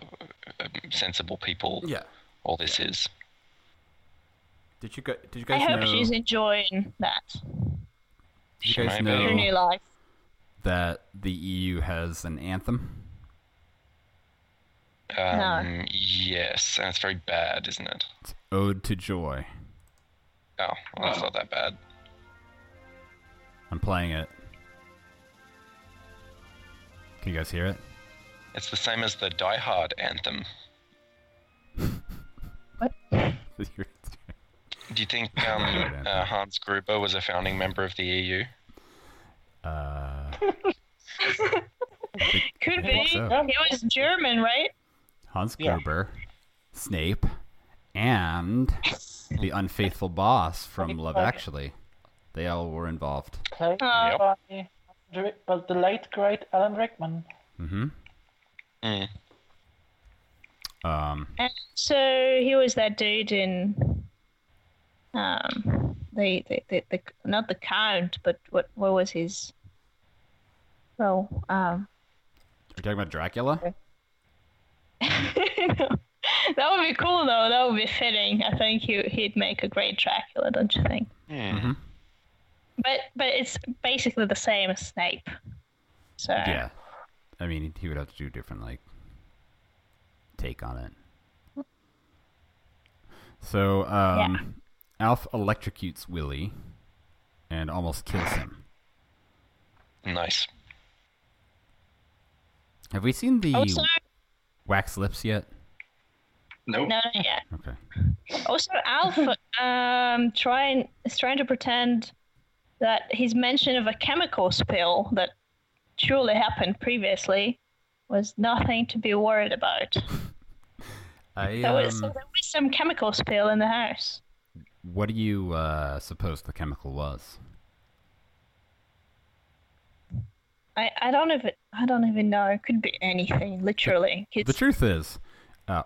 um, sensible people
Yeah.
all this is.
Did you go, Did you
I
guys
hope
know?
she's enjoying that,
did you guys
She might be.
her new
know
life.
that the EU has an anthem?
Um,
No.
Yes, and it's very bad, isn't it?
It's Ode to Joy.
Oh, well, that's
Oh.
not that bad.
I'm playing it. Can you guys hear it?
It's the same as the Die Hard anthem. Do you think um,
Hard anthem.
uh, Hans Gruber was a founding member of the E EU?
uh,
Could
think
be.
so.
He was German, right?
Hans
Yeah.
Gruber, Snape, and the unfaithful boss from Love Actually. They all were involved.
Played
Oh.
by the- but the late great Alan Rickman.
Mm-hmm.
Mm.
Um,
And so he was that dude in, um, the the, the, the not the count, but what what was his? Well, um,
are you talking about Dracula?
that would be cool though. That would be fitting. I think he he'd make a great Dracula, don't you think?
Mm.
Mhm.
But but it's basically the same as Snape. So
Yeah. I mean, he would have to do a different like take on it. So, um, Alf electrocutes Willy and almost kills him.
Mm-hmm.
Nice.
Have we seen the
also
wax lips yet?
Nope.
no not yet.
Okay.
Also, Alf um, trying is trying to pretend that his mention of a chemical spill that surely happened previously was nothing to be worried about.
I,
There was, so
um,
there was some chemical spill in the house.
what do you uh, suppose the chemical was?
I, I don't even I don't even know. It could be anything, literally.
The
It's-
truth is, uh,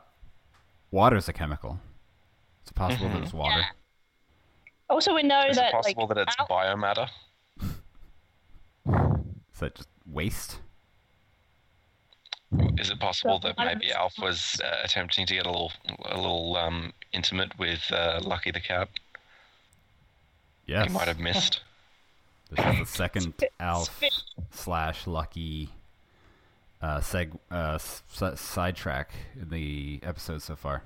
water's a chemical. It's possible
Mm-hmm.
that it's water.
also, we know
Is it
that
possible
like
that it's
Alf-
biomatter?
Is that just waste?
Is it possible
Well,
that
I don't
maybe
know.
Alf was uh, attempting to get a little, a little um, intimate with uh, Lucky the cat?
Yes.
He might have missed.
This is the second Alf
spit.
slash Lucky uh, seg uh, s- s- sidetrack in the episode so far.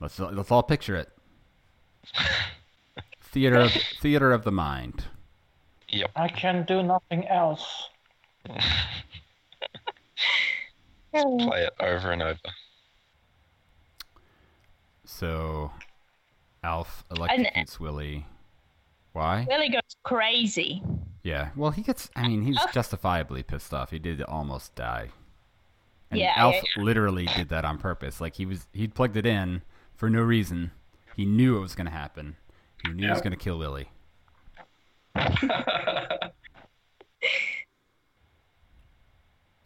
Let's let's all picture it. theater of, theater of the mind.
yep.
I can do nothing else.
Play it over and over.
So, Alf electrocutes Willie. Why?
Willie goes crazy.
Yeah. Well, he gets. I mean, he's
Alf-
justifiably pissed off. He did almost die. And
Yeah,
Alf
yeah,
literally did that on purpose. Like he was, he plugged it in for no reason. He knew it was going to happen. He knew it was
Yeah.
going to kill Willie.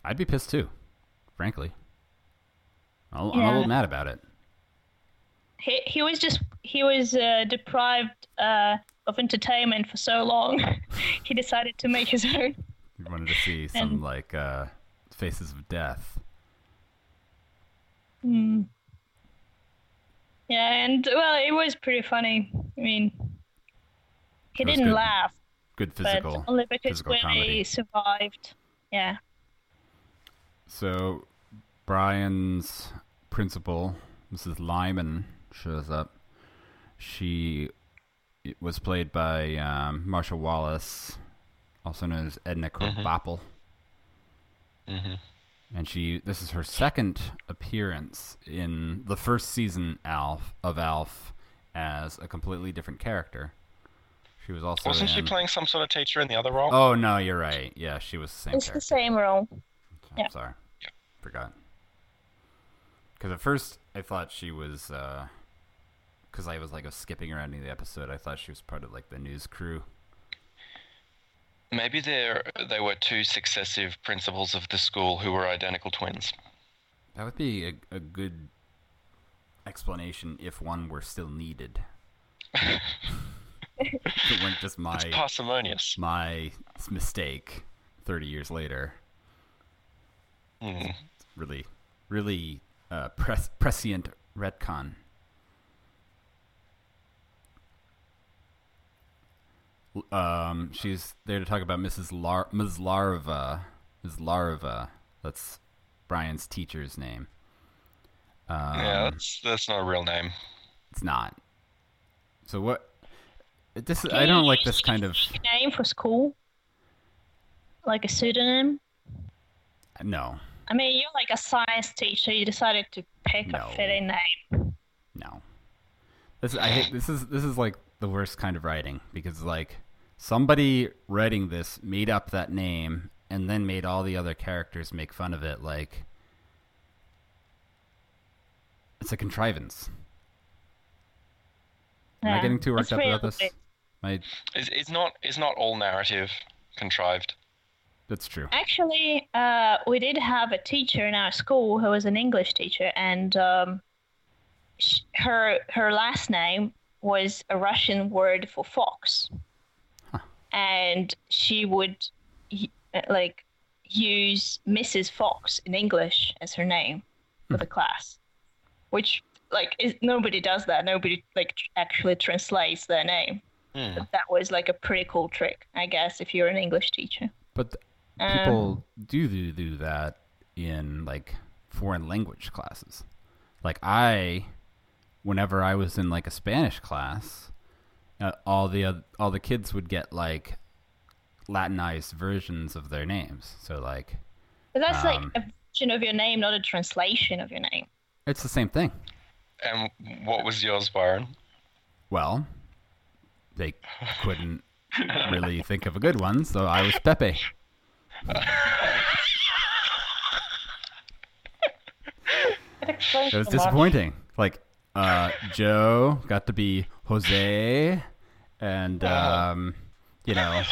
I'd be pissed too, frankly. I'll, I'm a
Yeah.
little mad about it.
He he was just he was uh, deprived uh, of entertainment for so long. he decided to make his own.
You wanted to see some
And-
like uh, faces of death.
Hmm. Yeah, and well, it was pretty funny. I mean, he
It was
didn't
good
laugh,
Good physical.
but only because
physical
Willie
comedy.
survived. Yeah.
So Brian's principal, Mrs. Lyman, shows up. She it was played by um, Marsha
Mm-hmm.
Wallace, also known as Edna Krabappel.
hmm
and she this is her second appearance in the first season Alf of Alf as a completely different character. She was also
Wasn't she
in-
playing some sort of teacher in the other role?
Mm. Oh no, you're right. Yeah, she was the same.
It's
character.
the same role.
I'm
yeah.
sorry, forgot. Because at first I thought she was, because I was like skipping around in the episode. I thought she was part of like the news crew.
Maybe there they were two successive principals of the school who were identical twins.
That would be a, a good explanation if one were still needed. it weren't just my
It's parsimonious.
my s- mistake. Thirty years later,
Hmm.
really, really uh, pres- prescient retcon. L- Um, she's there to talk about Mrs. Lar- Ms. Larva. Ms. Larva. That's Brian's teacher's name. Um,
yeah, that's that's not a real name.
It's not. So what? This I don't like this kind of
Name for school, like a pseudonym.
no,
I mean, you're like a science teacher. You decided to pick
No.
a fitting name.
no. This I hate. This is this is like the worst kind of writing because like somebody writing this made up that name and then made all the other characters make fun of it. Like it's a contrivance. Am I
Yeah,
getting too worked
it's
up about
real
this?
big.
My
Is is not is not all narrative contrived.
that's true.
Actually, uh, we did have a teacher in our school who was an English teacher, and um, sh- her her last name was a Russian word for fox, and she would y- uh, like use Mrs. Fox in English as her name for the class, which like is, nobody does that. Nobody like tr- actually translates their name.
Hmm.
But that was like a pretty cool trick, I guess, if you're an English teacher.
But th-
Um,
people do, do do that in like foreign language classes. Like I, whenever I was in like a Spanish class, uh, all the oth- all the kids would get like Latinized versions of their names. So like
But that's
Um,
like a version of your name, not a translation of your name.
it's the same thing.
And what was yours, Byron?
Well, they couldn't really think of a good one, so I was Pepe.
Explains
It was
so much.
disappointing. Like uh, Joe got to be Jose, and um, you know,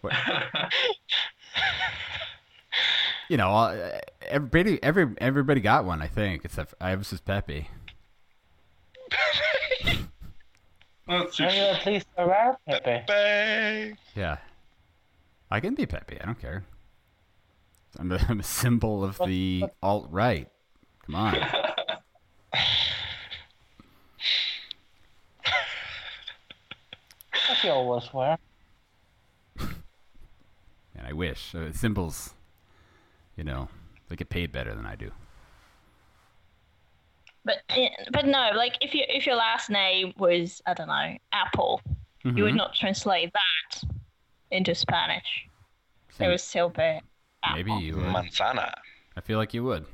what- you know, all- everybody, every everybody got one. I think except for, I was just Peppy.
Let's
Then you
see.
at least around Pepe.
Bay.
Yeah, I can be Peppy. I don't care. I'm a, I'm a symbol of the alt right. Come on.
Like you always were.
And I wish uh, symbols, you know, they get paid better than I do.
But eh, but no, like if you if your last name was I don't know Apple, you would
Mhm.
not translate that into Spanish. It
Same-
was silver. Apple.
Maybe you would.
Manzana.
I feel like you would.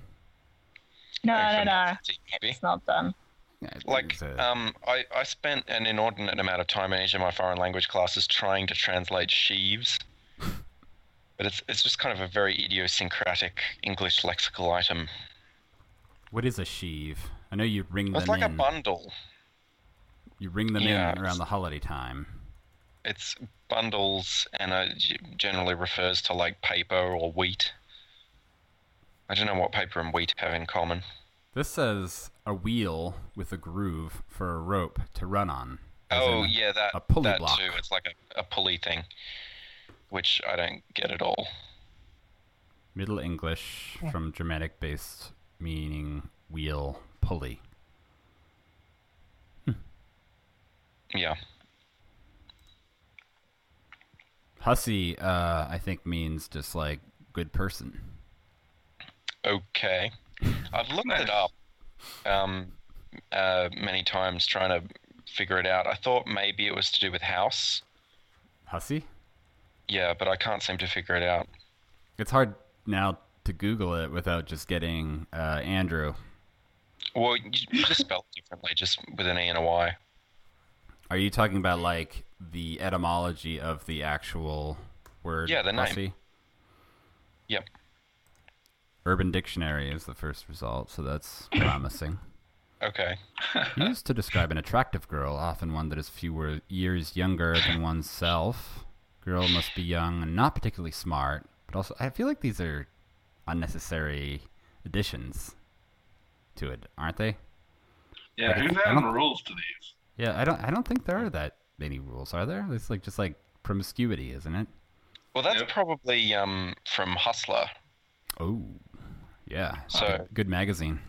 No, no,
Thanks for
no.
that, maybe.
It's not done.
Yeah, I think
Like,
it's a-
um, I, I spent an inordinate amount of time in each of my foreign language classes trying to translate sheaves. But it's, it's just kind of a very idiosyncratic English lexical item.
What is a sheave? I know you ring them
It's like a
in.
bundle.
you ring them
Yeah.
in around the holiday time.
It's bundles and it g- generally refers to like paper or wheat. I don't know what paper and wheat have in common.
This says a wheel with a groove for a rope to run on. as
Oh
in-
yeah, that
a pulley
that
block.
too. It's like a, a pulley thing, which I don't get at all.
Middle English from Germanic based meaning wheel pulley.
Yeah.
Hussy, uh, I think means just like good person.
Okay. I've looked
Nice.
it up um, uh, many times trying to figure it out. I thought maybe it was to do with house.
Hussy?
Yeah, but I can't seem to figure it out.
It's hard now to Google it without just getting uh, Andrew.
Well, you you just spell it differently, just with an E and a Y.
Are you talking about like the etymology of the actual word?
Yeah, the name.
Aussie?
Yep.
Urban Dictionary is the first result, so that's promising.
Okay.
Used to describe an attractive girl, often one that is few wor- years younger than oneself. Girl must be young and not particularly smart, but also I feel like these are unnecessary additions to it, aren't they?
Yeah, who's
I
adding
don't-
rules to these?
Yeah, I don't. I don't think there are that many rules, are there? It's like just like promiscuity, isn't it?
Well, that's
Yep.
probably um, from Hustler.
Oh, yeah.
So-
good, good magazine.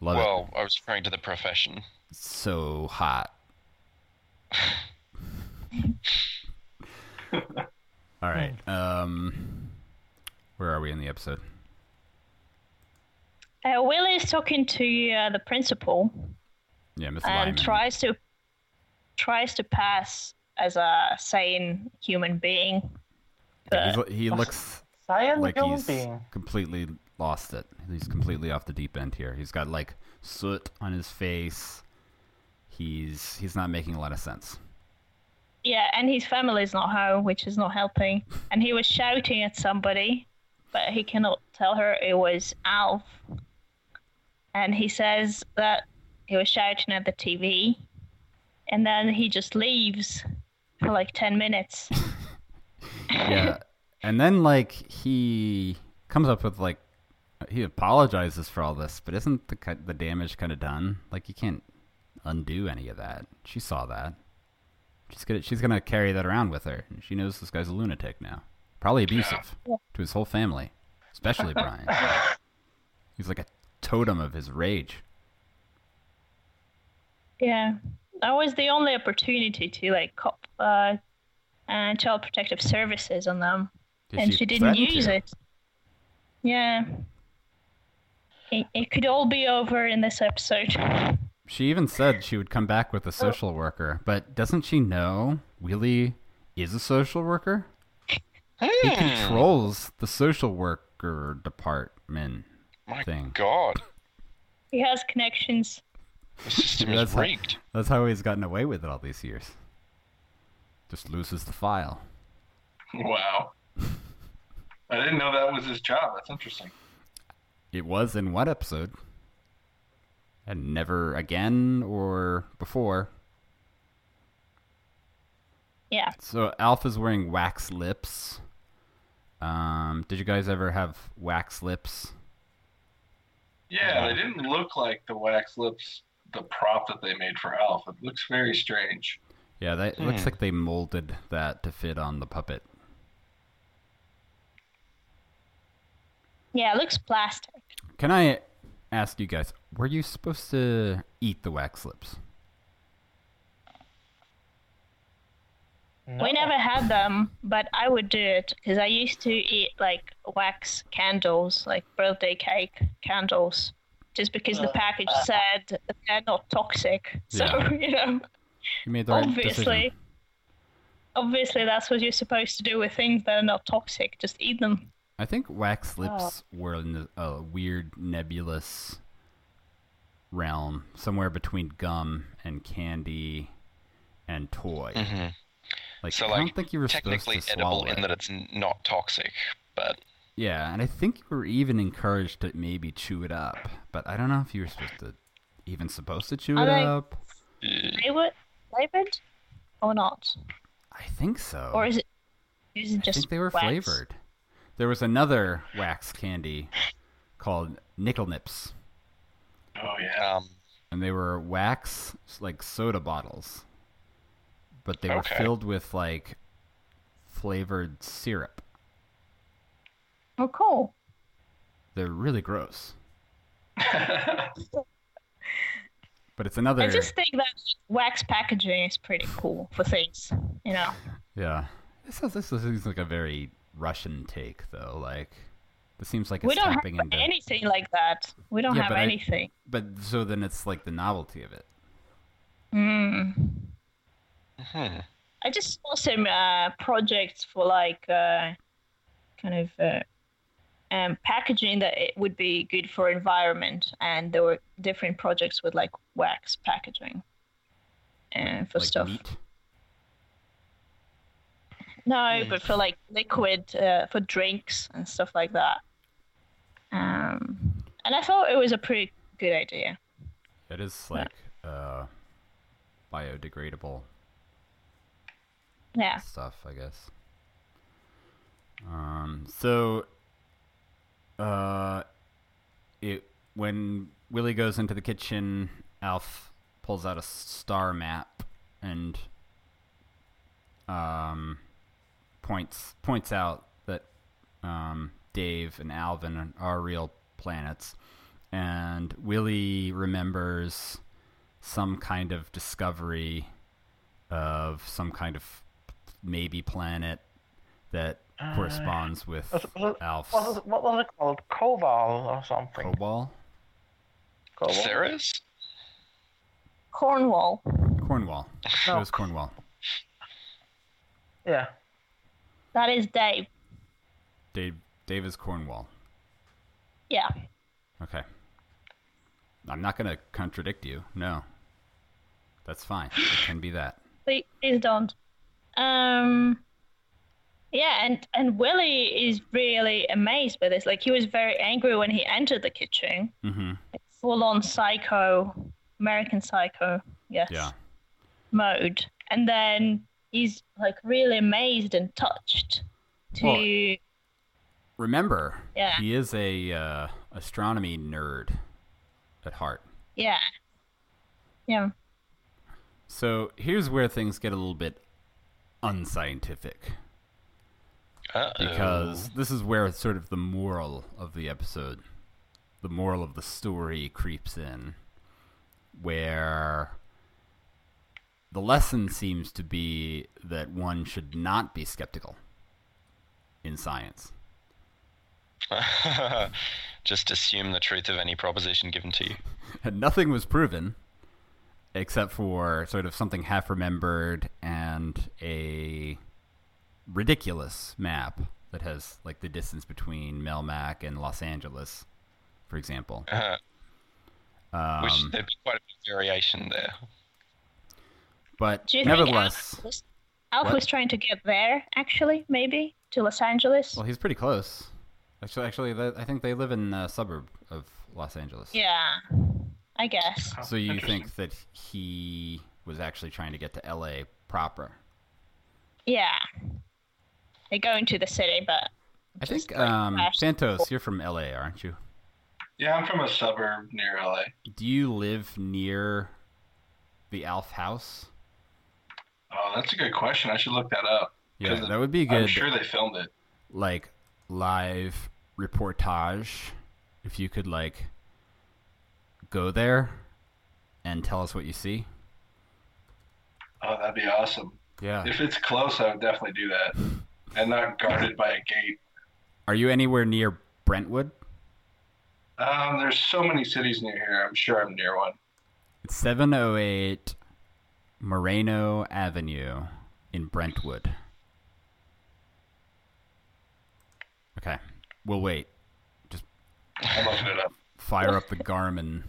Love it.
well, I was referring to the profession.
So hot. All right.
Hmm.
Um, where are we in the episode?
Uh, Willie is talking to uh, the principal
Yeah, Miss Lyman.
and tries to tries to pass as a sane human being.
Yeah,
But
he's- he looks
Cyan
like
human
he's
being.
completely lost it. He's completely off the deep end here. He's got like soot on his face. He's he's not making a lot of sense.
yeah, and his family's not home, which is not helping. And he was shouting at somebody, but he cannot tell her it was Alf. And he says that he was shouting at the TV, and then he just leaves for like ten minutes.
yeah and then like he comes up with like he apologizes for all this but isn't the ki- the damage kind of done like you can't undo any of that she saw that she's gonna she's gonna carry that around with her and she knows this guy's a lunatic now probably abusive to his whole family especially brian he's like a totem of his rage
Yeah, that was the only opportunity to like cop uh, uh, child protective services on them, and she, didn't
threaten to?
use it. Yeah, it, it could all be over in this episode.
She even said she would come back with a social worker, but doesn't she know Willie is a social worker? He
Hmm.
controls the social worker department.
My
Thing.
God,
He has connections.
the system
That's
is
how-
rigged.
That's how he's gotten away with it all these years. Just loses the file.
Wow. I didn't know that was his job. That's interesting.
It was in one episode. And never again or before.
Yeah,
So Alpha's wearing wax lips. Um, did you guys ever have wax lips?
Yeah, they didn't look like the wax lips, the prop that they made for Alf. It looks very strange.
Yeah, that, it looks
Hmm.
like they molded that to fit on the puppet.
yeah, it looks plastic.
Can I ask you guys, were you supposed to eat the wax lips?
No.
We never had them, but I would do it because I used to eat like wax candles, like birthday cake candles, just because the package said they're not toxic. So
Uh, Yeah.
you know.
You made the right
obviously
decision.
obviously that's what you're supposed to do with things that are not toxic just eat them
I think
Oh.
wax lips were in the- a weird nebulous realm, somewhere between gum and candy and toy.
hmm
Like
So,
I
like,
don't think you were supposed
Technically
to swallow
edible in
it.
that it's n- not toxic, but
Yeah, and I think you were even encouraged to maybe chew it up, but I don't know if you were supposed to even supposed to chew
Are
it
they-
up.
uh,
flavored flavored or not
I think so.
or is it is it just
I think they were
wax?
flavored. There was another wax candy called Nickel Nips,
Oh, yeah.
um,
and they were wax like soda bottles, but they were
Okay.
filled with like flavored syrup.
oh cool
They're really gross. but it's another
i just think that wax packaging is pretty cool for things you know
yeah. This is, this seems like a very Russian take though. Like this seems like it's
we don't have
tapping into
anything like that we don't
Yeah,
have
but I-
anything
But so then it's like the novelty of it.
mm.
hmm.
I just saw some uh, projects for like uh, kind of uh, um, packaging that it would be good for environment, and there were different projects with like wax packaging uh, for
like
stuff.
meat?
No, but for like liquid, uh, for drinks and stuff like that. Um, and I thought it was a pretty good idea.
It is like uh, biodegradable
Yeah.
stuff, I guess. Um, so, uh, it when Willie goes into the kitchen, Alf pulls out a star map and um, points points out that um, Dave and Alvin are real planets, and Willie remembers some kind of discovery of some kind of maybe planet that
Uh,
corresponds with
was- was-
Alf's
What, what was it called? Koval or something.
Cobol?
Koval?
Ceres?
Cornwall.
Cornwall.
No.
It was Cornwall.
Yeah.
That is Dave.
Dave, Dave is Cornwall.
Yeah.
Okay. I'm not going to contradict you. No. That's fine. It can be that.
Please, please don't. Um. Yeah, and and Willie is really amazed by this. Like he was very angry when he entered the kitchen.
hmm
Full on psycho, American psycho. Yes.
Yeah.
mode and then he's like really amazed and touched to
Well- Remember,
Yeah.
he is a uh, astronomy nerd at heart.
yeah yeah
So here's where things get a little bit unscientific.
Uh-oh. Oh.
because this is where sort of the moral of the episode, the moral of the story creeps in, where the lesson seems to be that one should not be skeptical in science.
just assume the truth of any proposition given to you.
And nothing was proven except for sort of something half remembered and a ridiculous map that has like the distance between Melmac and Los Angeles, for example.
Uh,
Um,
which there'd be quite a bit of variation there.
but
do you
nevertheless,
think alf was, alf
What?
was trying to get there actually maybe to los angeles
well, he's pretty close. Actually, actually, th- I think they live in a suburb of Los Angeles.
yeah i guess
Oh,
So you
interesting.
think that he was actually trying to get to L.A. proper?
yeah they go into the city but
I
Just
think
like
um,
flash-
Santos, you're from L.A., aren't you?
Yeah, I'm from a suburb near LA.
Do you live near the Alf house?
Oh, that's a good question. I should look that up.
Yeah,
'Cause
that would be
I'm
good.
sure they filmed it.
Like live reportage, if you could like go there and tell us what you see.
Oh, that'd be awesome.
Yeah.
If it's close, I would definitely do that, and not guarded by a gate.
Are you anywhere near Brentwood?
Um, there's so many cities near here. I'm sure I'm near one.
It's 708 Moreno Avenue in Brentwood. Okay. We'll wait.
I'm looking it up.
Fire up the Garmin.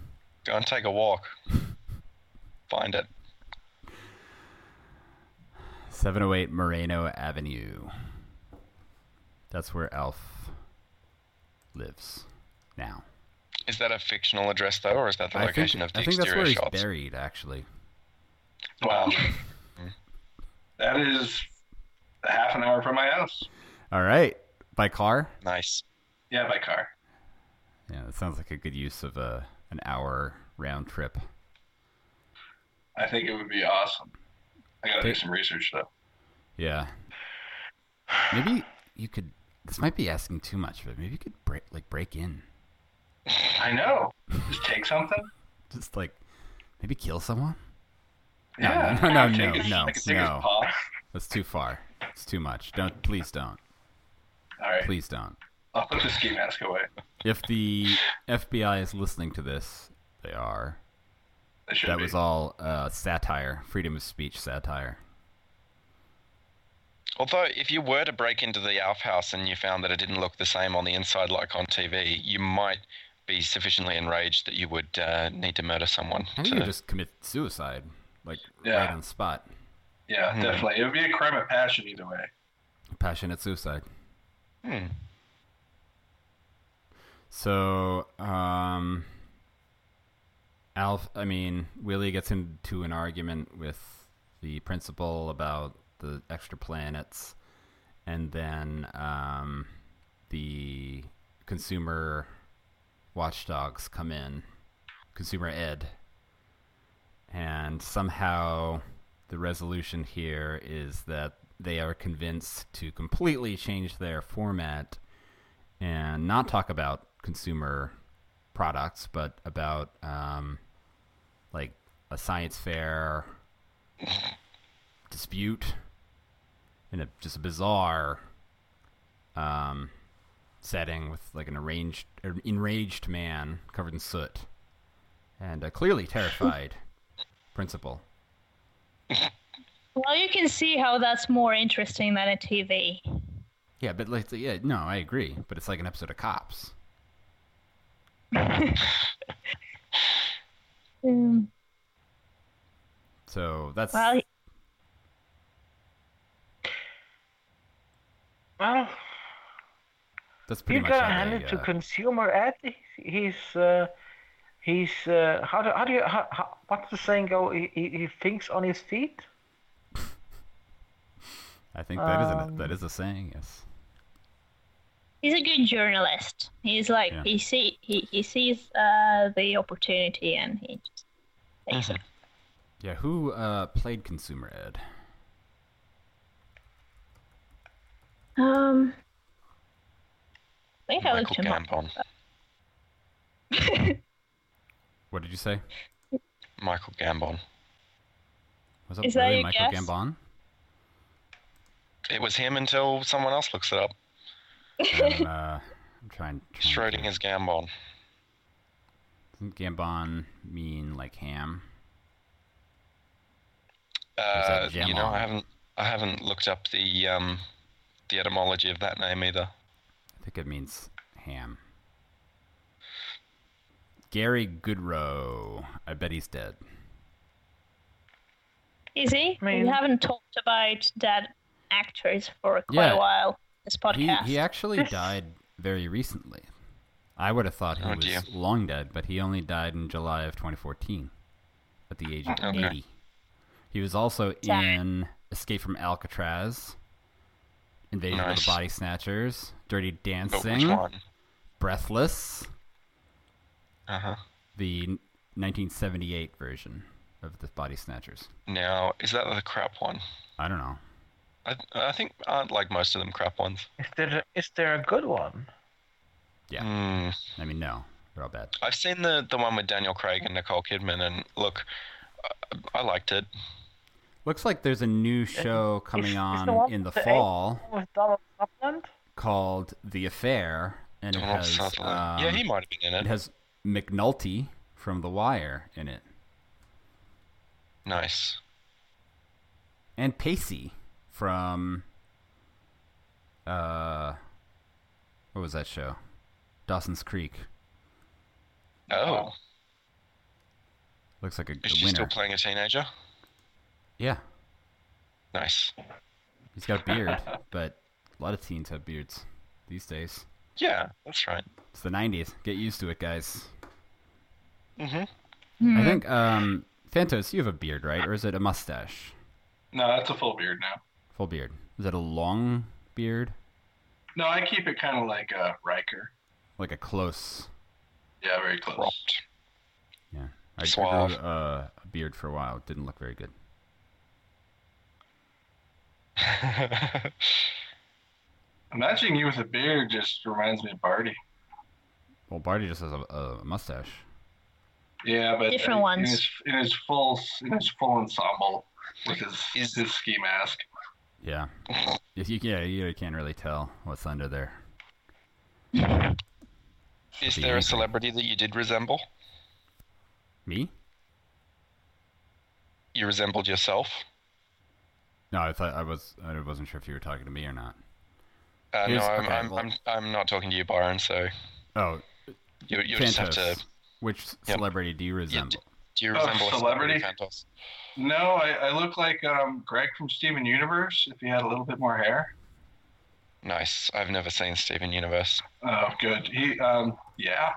Go and take a walk. Find it.
708 Moreno Avenue. That's where Alf lives now.
Is that a fictional address though, or is that the
I think,
location of the
I think that's
exterior
where he's
shots?
buried, actually.
Wow, that is a half an hour from my house.
All right. By car?
Nice.
Yeah, by car.
Yeah, that sounds like a good use of a, an hour round trip.
I think it would be awesome. I gotta do
Take-
some research though.
Yeah. Maybe you could. This might be asking too much, but maybe you could break, like, break in,
I know. Just take something.
just like, maybe kill someone. No,
Yeah.
no, no,
I could
no,
take his-
no,
I could take his
no.
paw.
That's too far. It's too much. Don't please don't
All right.
please don't.
I'll put the ski mask away.
If the FBI is listening to this, they are.
That, should
That
be.
was all uh, satire, freedom of speech satire.
Although, if you were to break into the Alf house and you found that it didn't look the same on the inside like on TV, you might be sufficiently enraged that you would uh, need to murder someone.
I think
to-
you just commit suicide, like right
Yeah.
on the spot.
Yeah,
Hmm.
definitely. It would be a crime of passion either way.
Passionate suicide.
Hmm.
So, um, Alf, I mean, Willie gets into an argument with the principal about the extra planets, and then um, the consumer watchdogs come in, consumer ed, and somehow the resolution here is that they are convinced to completely change their format and not talk about consumer products, but about um, like a science fair dispute in a just a bizarre um, setting with like an arranged, er, enraged man covered in soot and a clearly terrified principal.
Well, you can see how that's more interesting than a TV.
Yeah, but like, yeah, no, I agree. But it's like an episode of Cops.
Mm,
So that's
well,
Well,
that's pretty
you
much
gotta
how
hand
they,
it to
uh,
consumer ad. He's uh, he's uh, how do how do you how, how, what's the saying go? He, he he thinks on his feet.
I think that is
um,
an, that is a saying. Yes.
he's a good journalist. He's like
Yeah.
he see he, he sees uh, the opportunity and he just takes
Uh-huh.
it.
Yeah, who uh, played Consumer Ed?
Um, I think I
Michael
looked him up.
Gambon.
What did you say?
Michael Gambon.
Was that
Is that
really
your
Michael
guess?
Gambon?
It was him until someone else looks it up.
And, uh, I'm trying. trying to-
Schrodinger's Gambon.
Doesn't Gambon mean like ham?
Uh,
Is that
you know,
Gambon?
I haven't I haven't looked up the um, the etymology of that name either.
I think it means ham. Gary Goodrow. I bet he's dead.
Is he?
mean-
we haven't talked about dead actors for quite
Yeah.
a while. This
He,
podcast.
he actually died very recently. I would have thought he
Oh,
was
dear.
long dead, but he only died in July of 2014 at the age of
Okay.
80. He was also
Sad.
in Escape from Alcatraz, Invasion of
Nice.
the Body Snatchers, Dirty
But which
Dancing,
one?
Breathless,
Uh huh.
the 1978 version of the Body Snatchers.
Now, is that the crap one?
I don't know.
I, I think aren't like most of them crap ones.
Is there a, is there a good one?
Yeah.
Hmm.
I mean, no, they're all bad.
I've seen the the one with Daniel Craig and Nicole Kidman, and look, I, I liked it.
Looks like there's a new show
is
coming
the
on
one
in the
with the egg?
fall.
With Donald Sutherland?
called The Affair, and it
Donald
has
Sutherland.
um,
Oh, yeah, he might have been
it
in it.
has McNulty from The Wire in it,
Nice.
and Pacey from uh, what was that show? Dawson's Creek.
Oh,
Looks like a, a
is she
winner.
still playing a teenager?
yeah,
Nice.
he's got a beard, but a lot of teens have beards these days.
Yeah, that's right.
It's the '90s. Get used to it, guys.
hmm
I
Mm-hmm.
think um, Phantos, you have a beard, right, or is it a mustache?
No, that's a full beard now.
Full beard. Is it a long beard,
No, I keep it kind of like uh, Riker.
like a close?
Yeah, very close.
Cropped.
Yeah. I I
Suave.
grew uh, a beard for a while. It didn't look very good.
Imagining you with a beard just reminds me of Barty.
Well, Barty just has a, a mustache.
Yeah, but uh,
Different
in
ones.
his, in his full in his full ensemble with his
Is-
his ski mask.
Yeah. If you yeah, you can't really tell what's under there.
is
Be
there a
easy.
celebrity that you did resemble?
Me?
You resembled yourself?
No, I thought I was. I wasn't sure if you were talking to me or not.
Uh, no,
Here's-
I'm,
okay,
I'm,
well-
I'm, I'm not talking to you, Byron. So
Oh,
you, you'll just have to.
Phantos. Which
Yep.
celebrity do you resemble?
Do you
Oh,
resemble a
celebrity?
celebrity, Phantos?
No, I, I look like um, Greg from Steven Universe if he had a little bit more hair.
Nice. I've never seen Steven Universe.
Oh, good. He, um, yeah.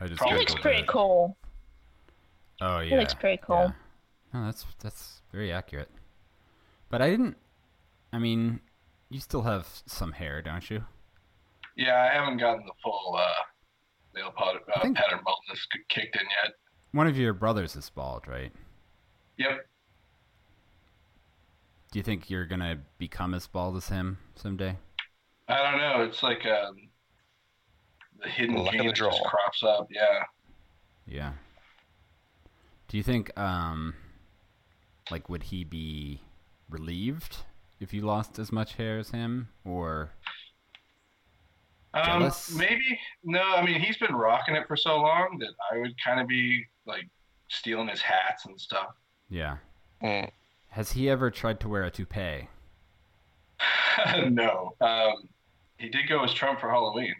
I just
He
He
Probably
looks
Googled
pretty
it.
cool.
Oh
He
yeah.
looks pretty cool.
No, that's that's very accurate. But I didn't. I mean, you still have some hair, don't you?
Yeah, I haven't gotten the full uh, nail pod,
I
uh,
think-
pattern baldness k- kicked in yet.
One of your brothers is bald, right?
Yep.
Do you think you're gonna become as bald as him someday?
I don't know. It's like um, the hidden
Luck of
gene
the
that just
draw.
crops up. Yeah.
Yeah. Do you think, um, like, would he be relieved if you lost as much hair as him, or
Um,
Jealous?
maybe. No, I mean, he's been rocking it for so long that I would kind of be like stealing his hats and stuff.
yeah?
Mm.
Has he ever tried to wear a toupee?
no. Um, he did go as Trump for Halloween.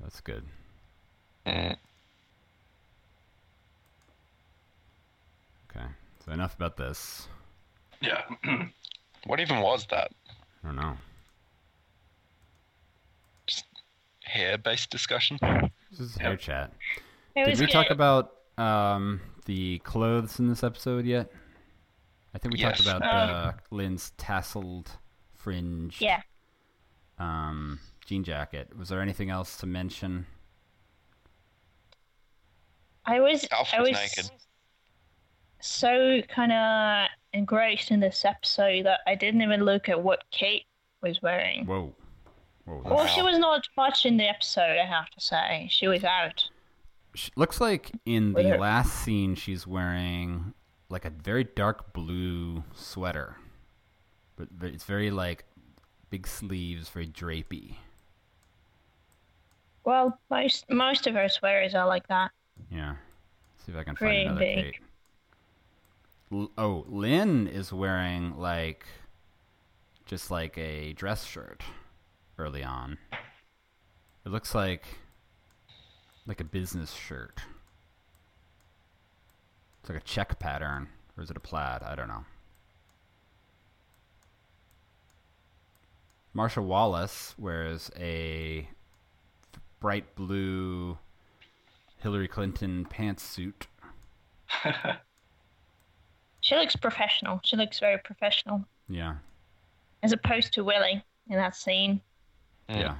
That's good.
Mm.
Okay. So enough about this.
Yeah.
What even was that?
I don't know.
Hair-based discussion?
This is
Yep.
hair chat.
It
Did
was
we
cute.
talk about um, the clothes in this episode yet? I think we
Yes.
talked about
Uh,
uh, Lynn's tasseled fringe
yeah.
um, jean jacket. Was there anything else to mention?
I was
Alf
I
was
was
naked.
so kind of engrossed in this episode that I didn't even look at what Kate was wearing.
Whoa. Whoa.
Well,
that's-
she
Wow.
was not much in the episode, I have to say. She was out.
sh looks like in
Right
the
here.
last scene she's wearing like a very dark blue sweater. But but it's very like big sleeves, very drapey.
Well, most most of her swearers are like that.
Yeah. see if I can
Pretty
find another
big.
Kate. L- oh, Lynn is wearing like just like a dress shirt early on. It looks like like a business shirt. It's like a check pattern, or is it a plaid? I don't know. Marsha Wallace wears a bright blue Hillary Clinton pantsuit.
She looks professional. She looks very professional,
Yeah,
as opposed to Willie in that scene.
Mm.
yeah.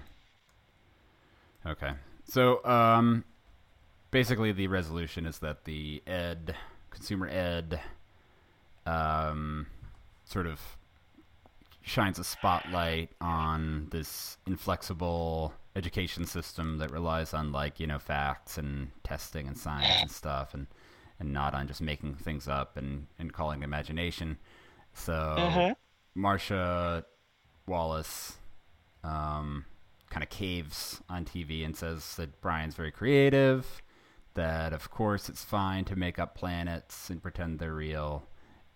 Okay, so um, basically the resolution is that the ed consumer ed um, sort of shines a spotlight on this inflexible education system that relies on like you know facts and testing and science and stuff and and not on just making things up and and calling imagination so marsha wallace um, kind of caves on tv and says that brian's very creative that of course it's fine to make up planets and pretend they're real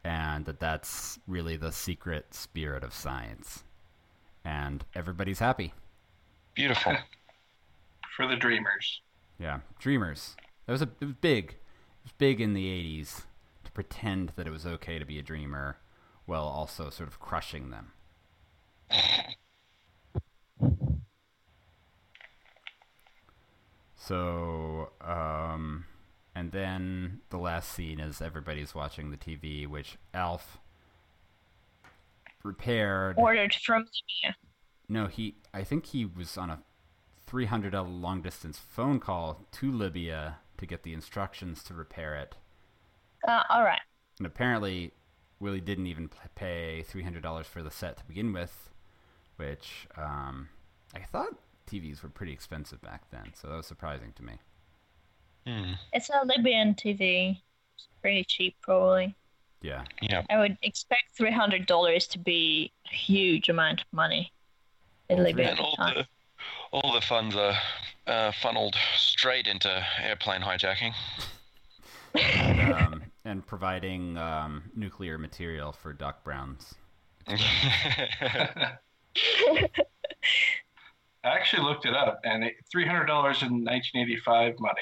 and that that's really the secret spirit of science and everybody's happy
Beautiful.
for the dreamers.
yeah dreamers that was a it was big it was big in the 80s to pretend that it was okay to be a dreamer while also sort of crushing them So, um, and then the last scene is everybody's watching the TV, which Alf repaired.
Ordered from Libya.
no, he. I think he was on a three hundred dollar long distance phone call to Libya to get the instructions to repair it.
Uh, all right.
And apparently, Willie didn't even p- pay three hundred dollars for the set to begin with, which um, I thought TVs were pretty expensive back then, so that was surprising to me.
Mm.
It's a Libyan TV. It's pretty cheap, probably.
Yeah.
Yeah.
I would expect three hundred dollars to be a huge amount of money in
Well,
Libya at
And
the
all
time.
the all the funds are uh, funneled straight into airplane hijacking.
um, and providing um, nuclear material for Doc Brown's.
I actually looked it up, and it, three hundred dollars in nineteen eighty-five money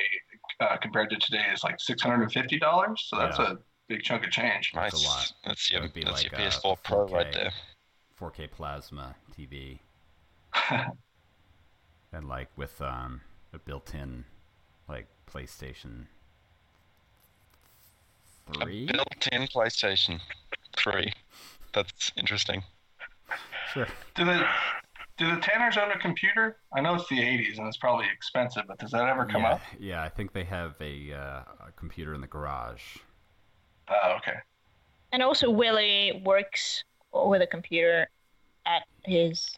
uh, compared to today is like six hundred and fifty dollars. So that's
Yeah.
a big chunk of change.
That's a
Nice.
lot.
That's
That
your,
would be
that's
like
your
a
PS4 Pro
4K.
right there.
4K plasma TV, and like with um, a built-in like PlayStation Three.
Built-in PlayStation 3. That's interesting.
Sure.
do the do the Tanners own a computer? I know it's the '80s and it's probably expensive, but does that ever come
yeah,
up?
yeah, I think they have a, uh, a computer in the garage.
Oh, okay.
And also, Willie works with a computer at his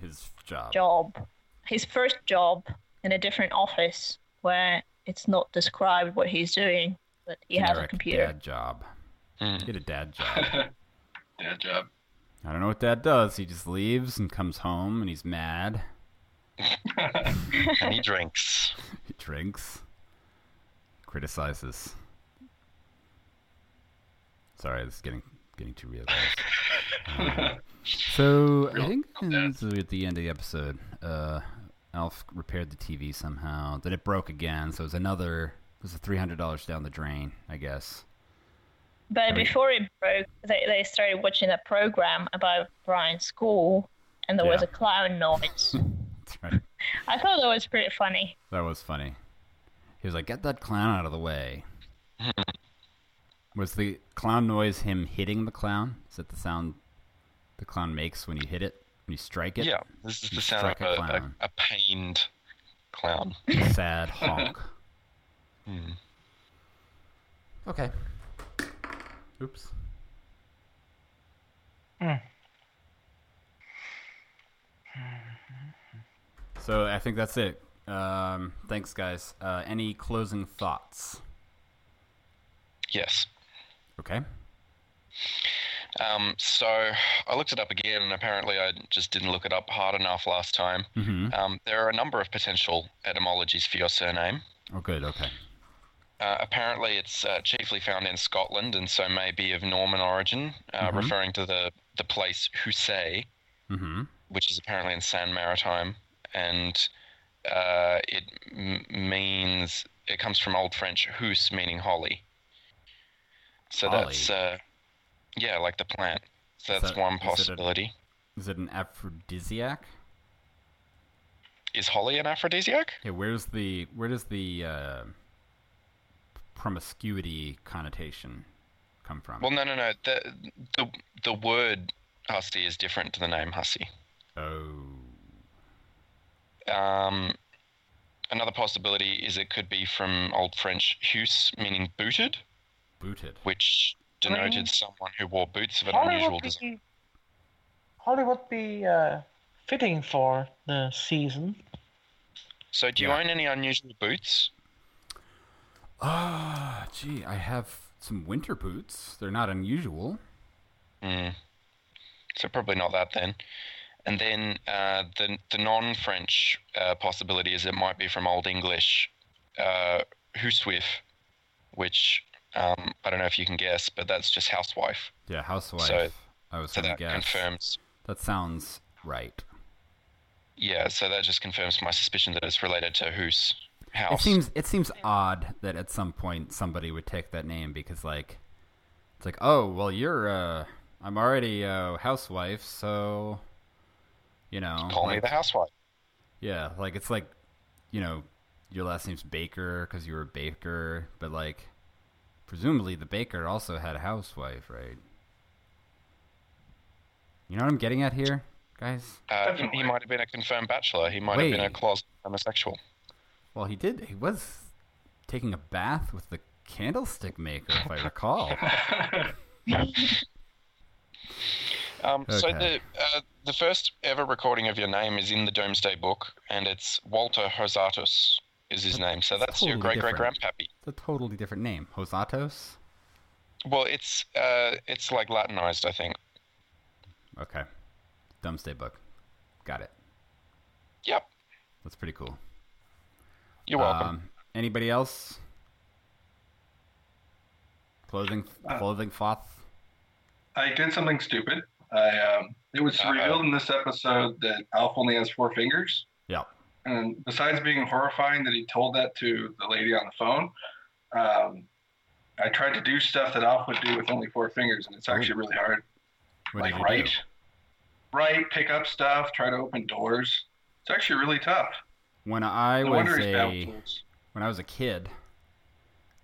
His job.
job, his first job in a different office where it's not described what he's doing, but he has a
Generic
computer.
Dad job.
Hmm.
Get a dad job.
Dad job.
I don't know what dad does. He just leaves and comes home and he's mad.
And he drinks.
He drinks. Criticizes. Sorry, this is getting getting too real. guys. Um, so I think this is at the end of the episode. Uh, Alf repaired the TV somehow. Then it broke again, so it was another. It was a three hundred dollars down the drain, I guess.
But before it broke, they, they started watching a program about Brian's school, and there was
Yeah.
a clown noise.
That's right.
I thought that was pretty funny.
That was funny. He was like, "Get that clown out of the way." was the clown noise him hitting the clown? Is that the sound the clown makes when you hit it? When you strike it?
Yeah, this is
You
the sound of
strike a
a,
clown.
a, a pained clown.
Sad honk.
Hmm.
Okay. Oops. So I think that's it. Um, thanks, guys. Uh, any closing thoughts?
Yes.
Okay.
Um, so I looked it up again, and apparently I just didn't look it up hard enough last time.
Mm-hmm.
Um, there are a number of potential etymologies for your surname.
Oh, good. Okay.
Uh, apparently, it's uh, chiefly found in Scotland, and so may be of Norman origin, uh,
Mhm.
referring to the the place Husay,
Mm-hmm.
which is apparently in San Maritime, and uh, it m- means it comes from Old French "hus," meaning holly. So
Holly?
that's uh, yeah, like the plant. So
Is
that's
that-
one
is it a-
possibility.
Is it an aphrodisiac?
Is holly an aphrodisiac?
Okay, where's the where does the uh, promiscuity connotation come from?
Well, no, no, no. The the the word hussy is different to the name hussy.
oh,
Um, another possibility is it could be from Old French "hus," meaning booted,
booted.
which denoted someone who wore boots of an
Mm. Holly
unusual
would
design.
be, Holly would be uh, fitting for the season.
So, do you
Yeah.
own any unusual boots?
Ah, gee, I have some winter boots. They're not unusual.
Hmm.
Mm.
So probably not that then. And then uh, the the non-French uh, possibility is it might be from Old English, uh, "huswif," which um, I don't know if you can guess, but that's just housewife.
Yeah, housewife.
So-
I was
So
gonna
that
guess.
confirms.
That sounds right.
Yeah, so that just confirms my suspicion that it's related to Hoos
It
house.
seems it seems odd that at some point somebody would take that name because like it's like oh well you're uh I'm already a housewife so you know
Call me
like-
the housewife.
Yeah, like it's like, you know, your last name's Baker because you were a baker, but like, presumably the baker also had a housewife, right? You know what I'm getting at here, guys?
Uh,
Definitely.
he might have been a confirmed bachelor. He might have been a
Wait.
closet homosexual.
Well, he did. He was taking a bath with the candlestick maker, if I recall.
Um, So
Okay.
the uh, the first ever recording of your name is in the Domesday Book, and it's Walter Hosatus is his name. So that's your
totally
great great
different.
grandpappy.
It's a totally different name, Hosatos.
Well, it's uh, it's like Latinized, I think.
Okay, Dumbstay book. Got it.
Yep.
That's pretty cool.
You're welcome.
Um, anybody else? Clothing
Uh,
clothing thoughts.
I did something stupid. I um, it was
Uh-oh.
revealed in this episode that Alf only has four fingers.
Yeah.
And besides being horrifying that he told that to the lady on the phone, um, I tried to do stuff that Alf would do with only four fingers, and it's actually really hard.
What did
like
you do?
right, right, pick up stuff, try to open doors. It's actually really tough.
When I
No
was
wonder he's bad with
a
tools.
when I was a kid,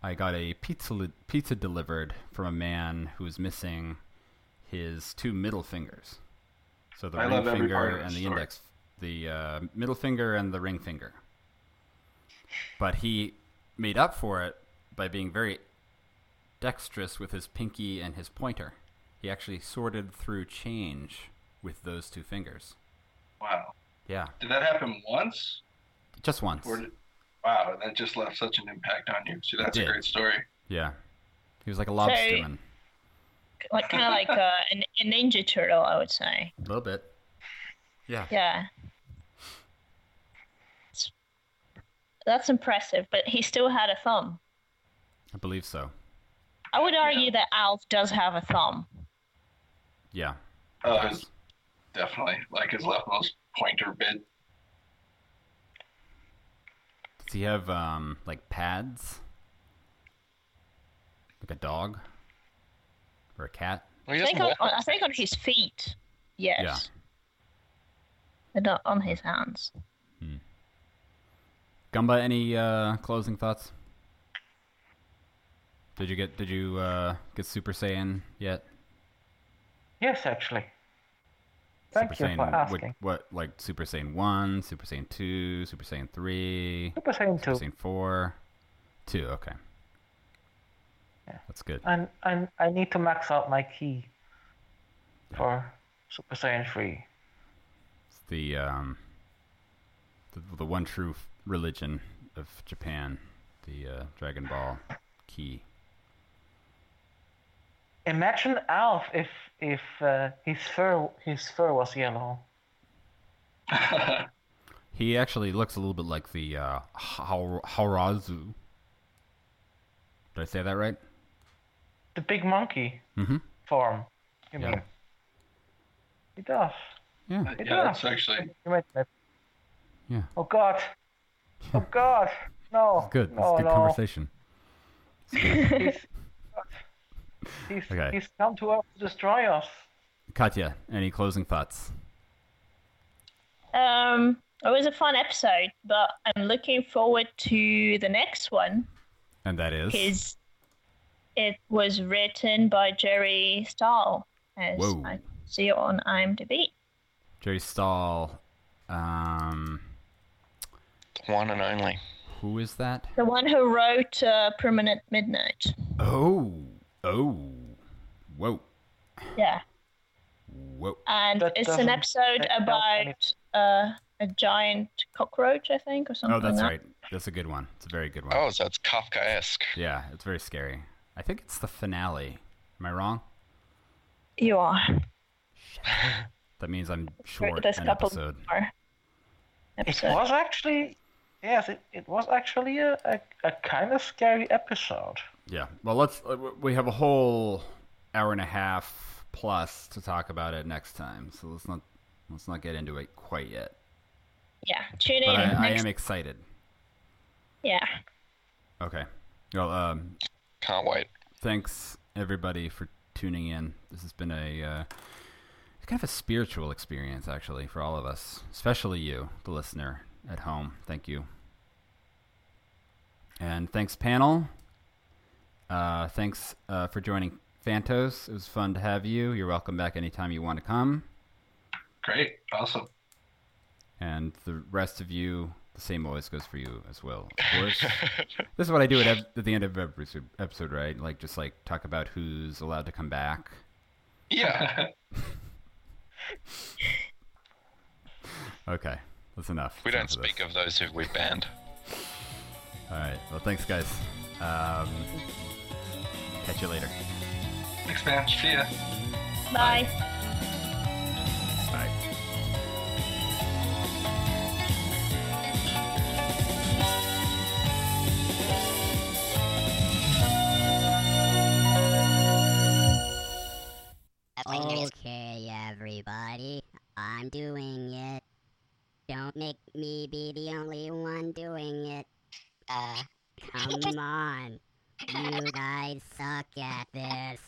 I got a pizza li- pizza delivered from a man who was missing his two middle fingers. So the
I
ring
love every
finger
part of
and
this
the
story.
index, the uh, middle finger and the ring finger. But he made up for it by being very dexterous with his pinky and his pointer. He actually sorted through change with those two fingers.
Wow.
Yeah,
Did that happen once?
just once.
Or did, wow, that just left such an impact on you. See, that's a
did.
great story.
Yeah, he was like a lobsterman.
like kind of like uh, an, a ninja turtle, I would say.
A little bit. Yeah.
Yeah. It's- That's impressive, but he still had a thumb.
I believe so.
I would argue that Alf does have a thumb.
Yeah.
Oh, it
Yes.
was definitely like his leftmost pointer bit.
Does he have um like pads? Like a dog? Or a cat?
Well, he
I think
doesn't
on,
walk
on- I think on his feet. Yes. But not on his hands.
Gumba, any uh closing thoughts? Did you get did you uh get Super Saiyan yet?
Yes, actually. Thank
Super
you for
Saiyan what,
asking.
what like Super Saiyan 1, Super Saiyan 2, Super Saiyan 3,
Super Saiyan 2.
Super Saiyan 4, 2, okay. That's good.
I'm, I'm, I need to max out my key for Super Saiyan 3.
It's the um, the, the one true f- religion of Japan, the uh, Dragon Ball key.
Imagine Alf if if uh, his fur his fur was yellow.
He actually looks a little bit like the uh, Har- Harazu. Did I say that right?
The big monkey
Mm-hmm.
form. You
Yeah.
mean? He does.
Yeah.
yeah, that's actually
You made that.
Yeah.
Oh God. Oh God. No. Oh,
It's good. It's
No,
good
no.
conversation.
He's, he's,
Okay.
he's come to Earth to destroy us.
Katya, any closing thoughts?
Um, it was a fun episode, but I'm looking forward to the next one.
And that is.
Is it was written by Jerry Stahl, as
Whoa.
I see on IMDb.
Jerry Stahl. Um,
one and only.
who is that?
The one who wrote uh, Permanent Midnight.
Oh. Oh. Whoa.
Yeah.
Whoa.
And
That
it's an
doesn't-
episode
that
about
doesn't-
uh, a giant cockroach, I think, or something.
Oh, that's
like
right. That's a good one. It's a very good one.
Oh, so it's Kafkaesque.
Yeah, it's very scary. I think it's the finale. Am I wrong?
that. You are.
That means I'm short
There's a
an
couple
episode.
more
It
episodes.
was actually yes, it, it was actually a, a, a kind of scary episode.
Yeah. Well, let's. uh, We have a whole hour and a half plus to talk about it next time. So let's not let's not get into it quite yet.
Yeah. Tune in.
But I, I
next-
am excited.
Yeah.
Okay. Well, um,
Can't wait.
thanks everybody for tuning in. This has been a uh, it's kind of a spiritual experience actually for all of us, especially you, the listener at home. Thank you, and thanks panel. Uh, thanks uh, for joining Phantos. It was fun to have you. You're welcome back anytime you want to come.
great. Awesome.
And the rest of you, the same always goes for you as well. Of course. this is what I do at, ev- at the end of every su- episode, right? Like, just like talk about who's allowed to come back.
Yeah,
Okay, that's enough.
we don't speak of those who we've banned.
All right. Well, thanks, guys. Um, catch you later.
Thanks, man. See ya.
Bye.
Bye.
Okay, everybody. I'm doing it. Don't make me be the only one doing it. Uh, come on. You guys suck at this.